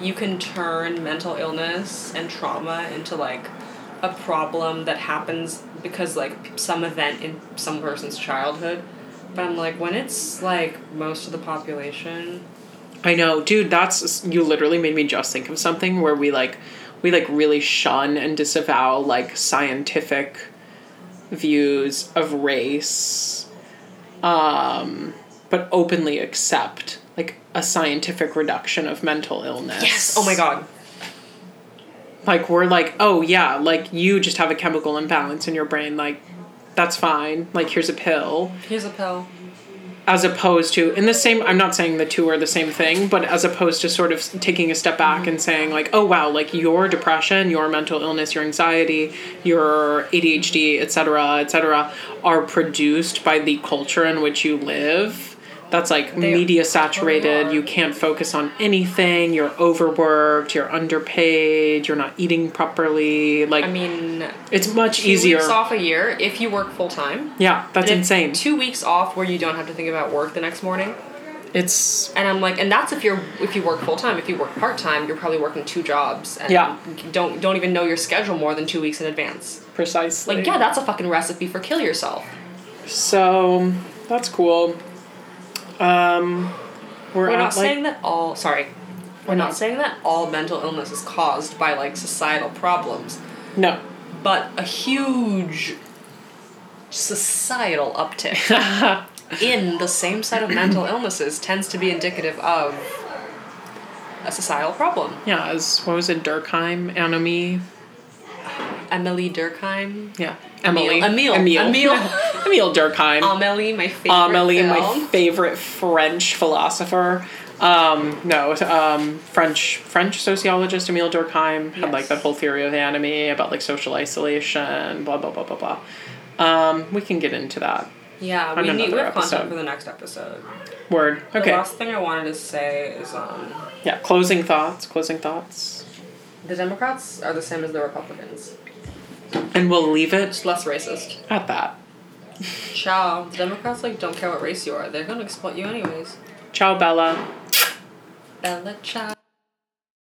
[SPEAKER 1] you can turn mental illness and trauma into like a problem that happens because like some event in some person's childhood. But I'm like, when it's like most of the population,
[SPEAKER 2] I know, dude. That's you. Literally made me just think of something where we like, we like really shun and disavow like scientific views of race, um, but openly accept like a scientific reduction of mental illness.
[SPEAKER 1] oh my god,
[SPEAKER 2] Like we're like, oh yeah, like you just have a chemical imbalance in your brain. Like, that's fine. Like here's a pill.
[SPEAKER 1] here's a pill.
[SPEAKER 2] as opposed to in the same i'm not saying the two are the same thing but as opposed to sort of taking a step back and saying like oh wow like your depression your mental illness your anxiety your adhd etc etc are produced by the culture in which you live that's like
[SPEAKER 1] They
[SPEAKER 2] media saturated
[SPEAKER 1] are.
[SPEAKER 2] you can't focus on anything you're overworked you're underpaid you're not eating properly like
[SPEAKER 1] I mean,
[SPEAKER 2] it's much
[SPEAKER 1] two
[SPEAKER 2] easier
[SPEAKER 1] weeks off a year if you work full time.
[SPEAKER 2] yeah
[SPEAKER 1] And
[SPEAKER 2] that's
[SPEAKER 1] if
[SPEAKER 2] insane
[SPEAKER 1] Two weeks off where you don't have to think about work the next morning.
[SPEAKER 2] it's
[SPEAKER 1] And I'm like, and that's if you're if you work full time. If you work part time, you're probably working two jobs and
[SPEAKER 2] Yeah.
[SPEAKER 1] don't don't even know your schedule more than two weeks in advance.
[SPEAKER 2] precisely
[SPEAKER 1] Like, yeah, that's a fucking recipe for kill yourself.
[SPEAKER 2] So that's cool. Um,
[SPEAKER 1] We're
[SPEAKER 2] we're, at,
[SPEAKER 1] not
[SPEAKER 2] like,
[SPEAKER 1] saying that all. Sorry, we're not saying that all mental illness is caused by like societal problems,
[SPEAKER 2] no.
[SPEAKER 1] but a huge societal
[SPEAKER 2] [laughs]
[SPEAKER 1] uptick in the same set of mental illnesses tends to be indicative of a societal problem.
[SPEAKER 2] Yeah, as what was it, Durkheim, Anime?
[SPEAKER 1] Emily Durkheim.
[SPEAKER 2] Yeah, Emily,
[SPEAKER 1] Emile.
[SPEAKER 2] Emile,
[SPEAKER 1] Emile.
[SPEAKER 2] [laughs] Emile Durkheim,
[SPEAKER 1] Amelie, my favorite
[SPEAKER 2] Amelie, my
[SPEAKER 1] film.
[SPEAKER 2] favorite French philosopher. Um, no, um, French French sociologist Emile Durkheim had like
[SPEAKER 1] Yes.
[SPEAKER 2] that whole theory of anime about like social isolation, blah blah blah blah blah. Um, we can get into that
[SPEAKER 1] yeah, we
[SPEAKER 2] On
[SPEAKER 1] need we
[SPEAKER 2] another
[SPEAKER 1] have content
[SPEAKER 2] episode.
[SPEAKER 1] for the next episode.
[SPEAKER 2] word. Okay,
[SPEAKER 1] The last thing I wanted to say is um,
[SPEAKER 2] yeah. Closing thoughts. Closing thoughts.
[SPEAKER 1] the Democrats are the same as the Republicans.
[SPEAKER 2] And we'll leave it
[SPEAKER 1] It's less racist.
[SPEAKER 2] at that.
[SPEAKER 1] Ciao. The Democrats like don't care what race you are. They're gonna exploit you anyways.
[SPEAKER 2] Ciao, Bella.
[SPEAKER 1] Bella ciao.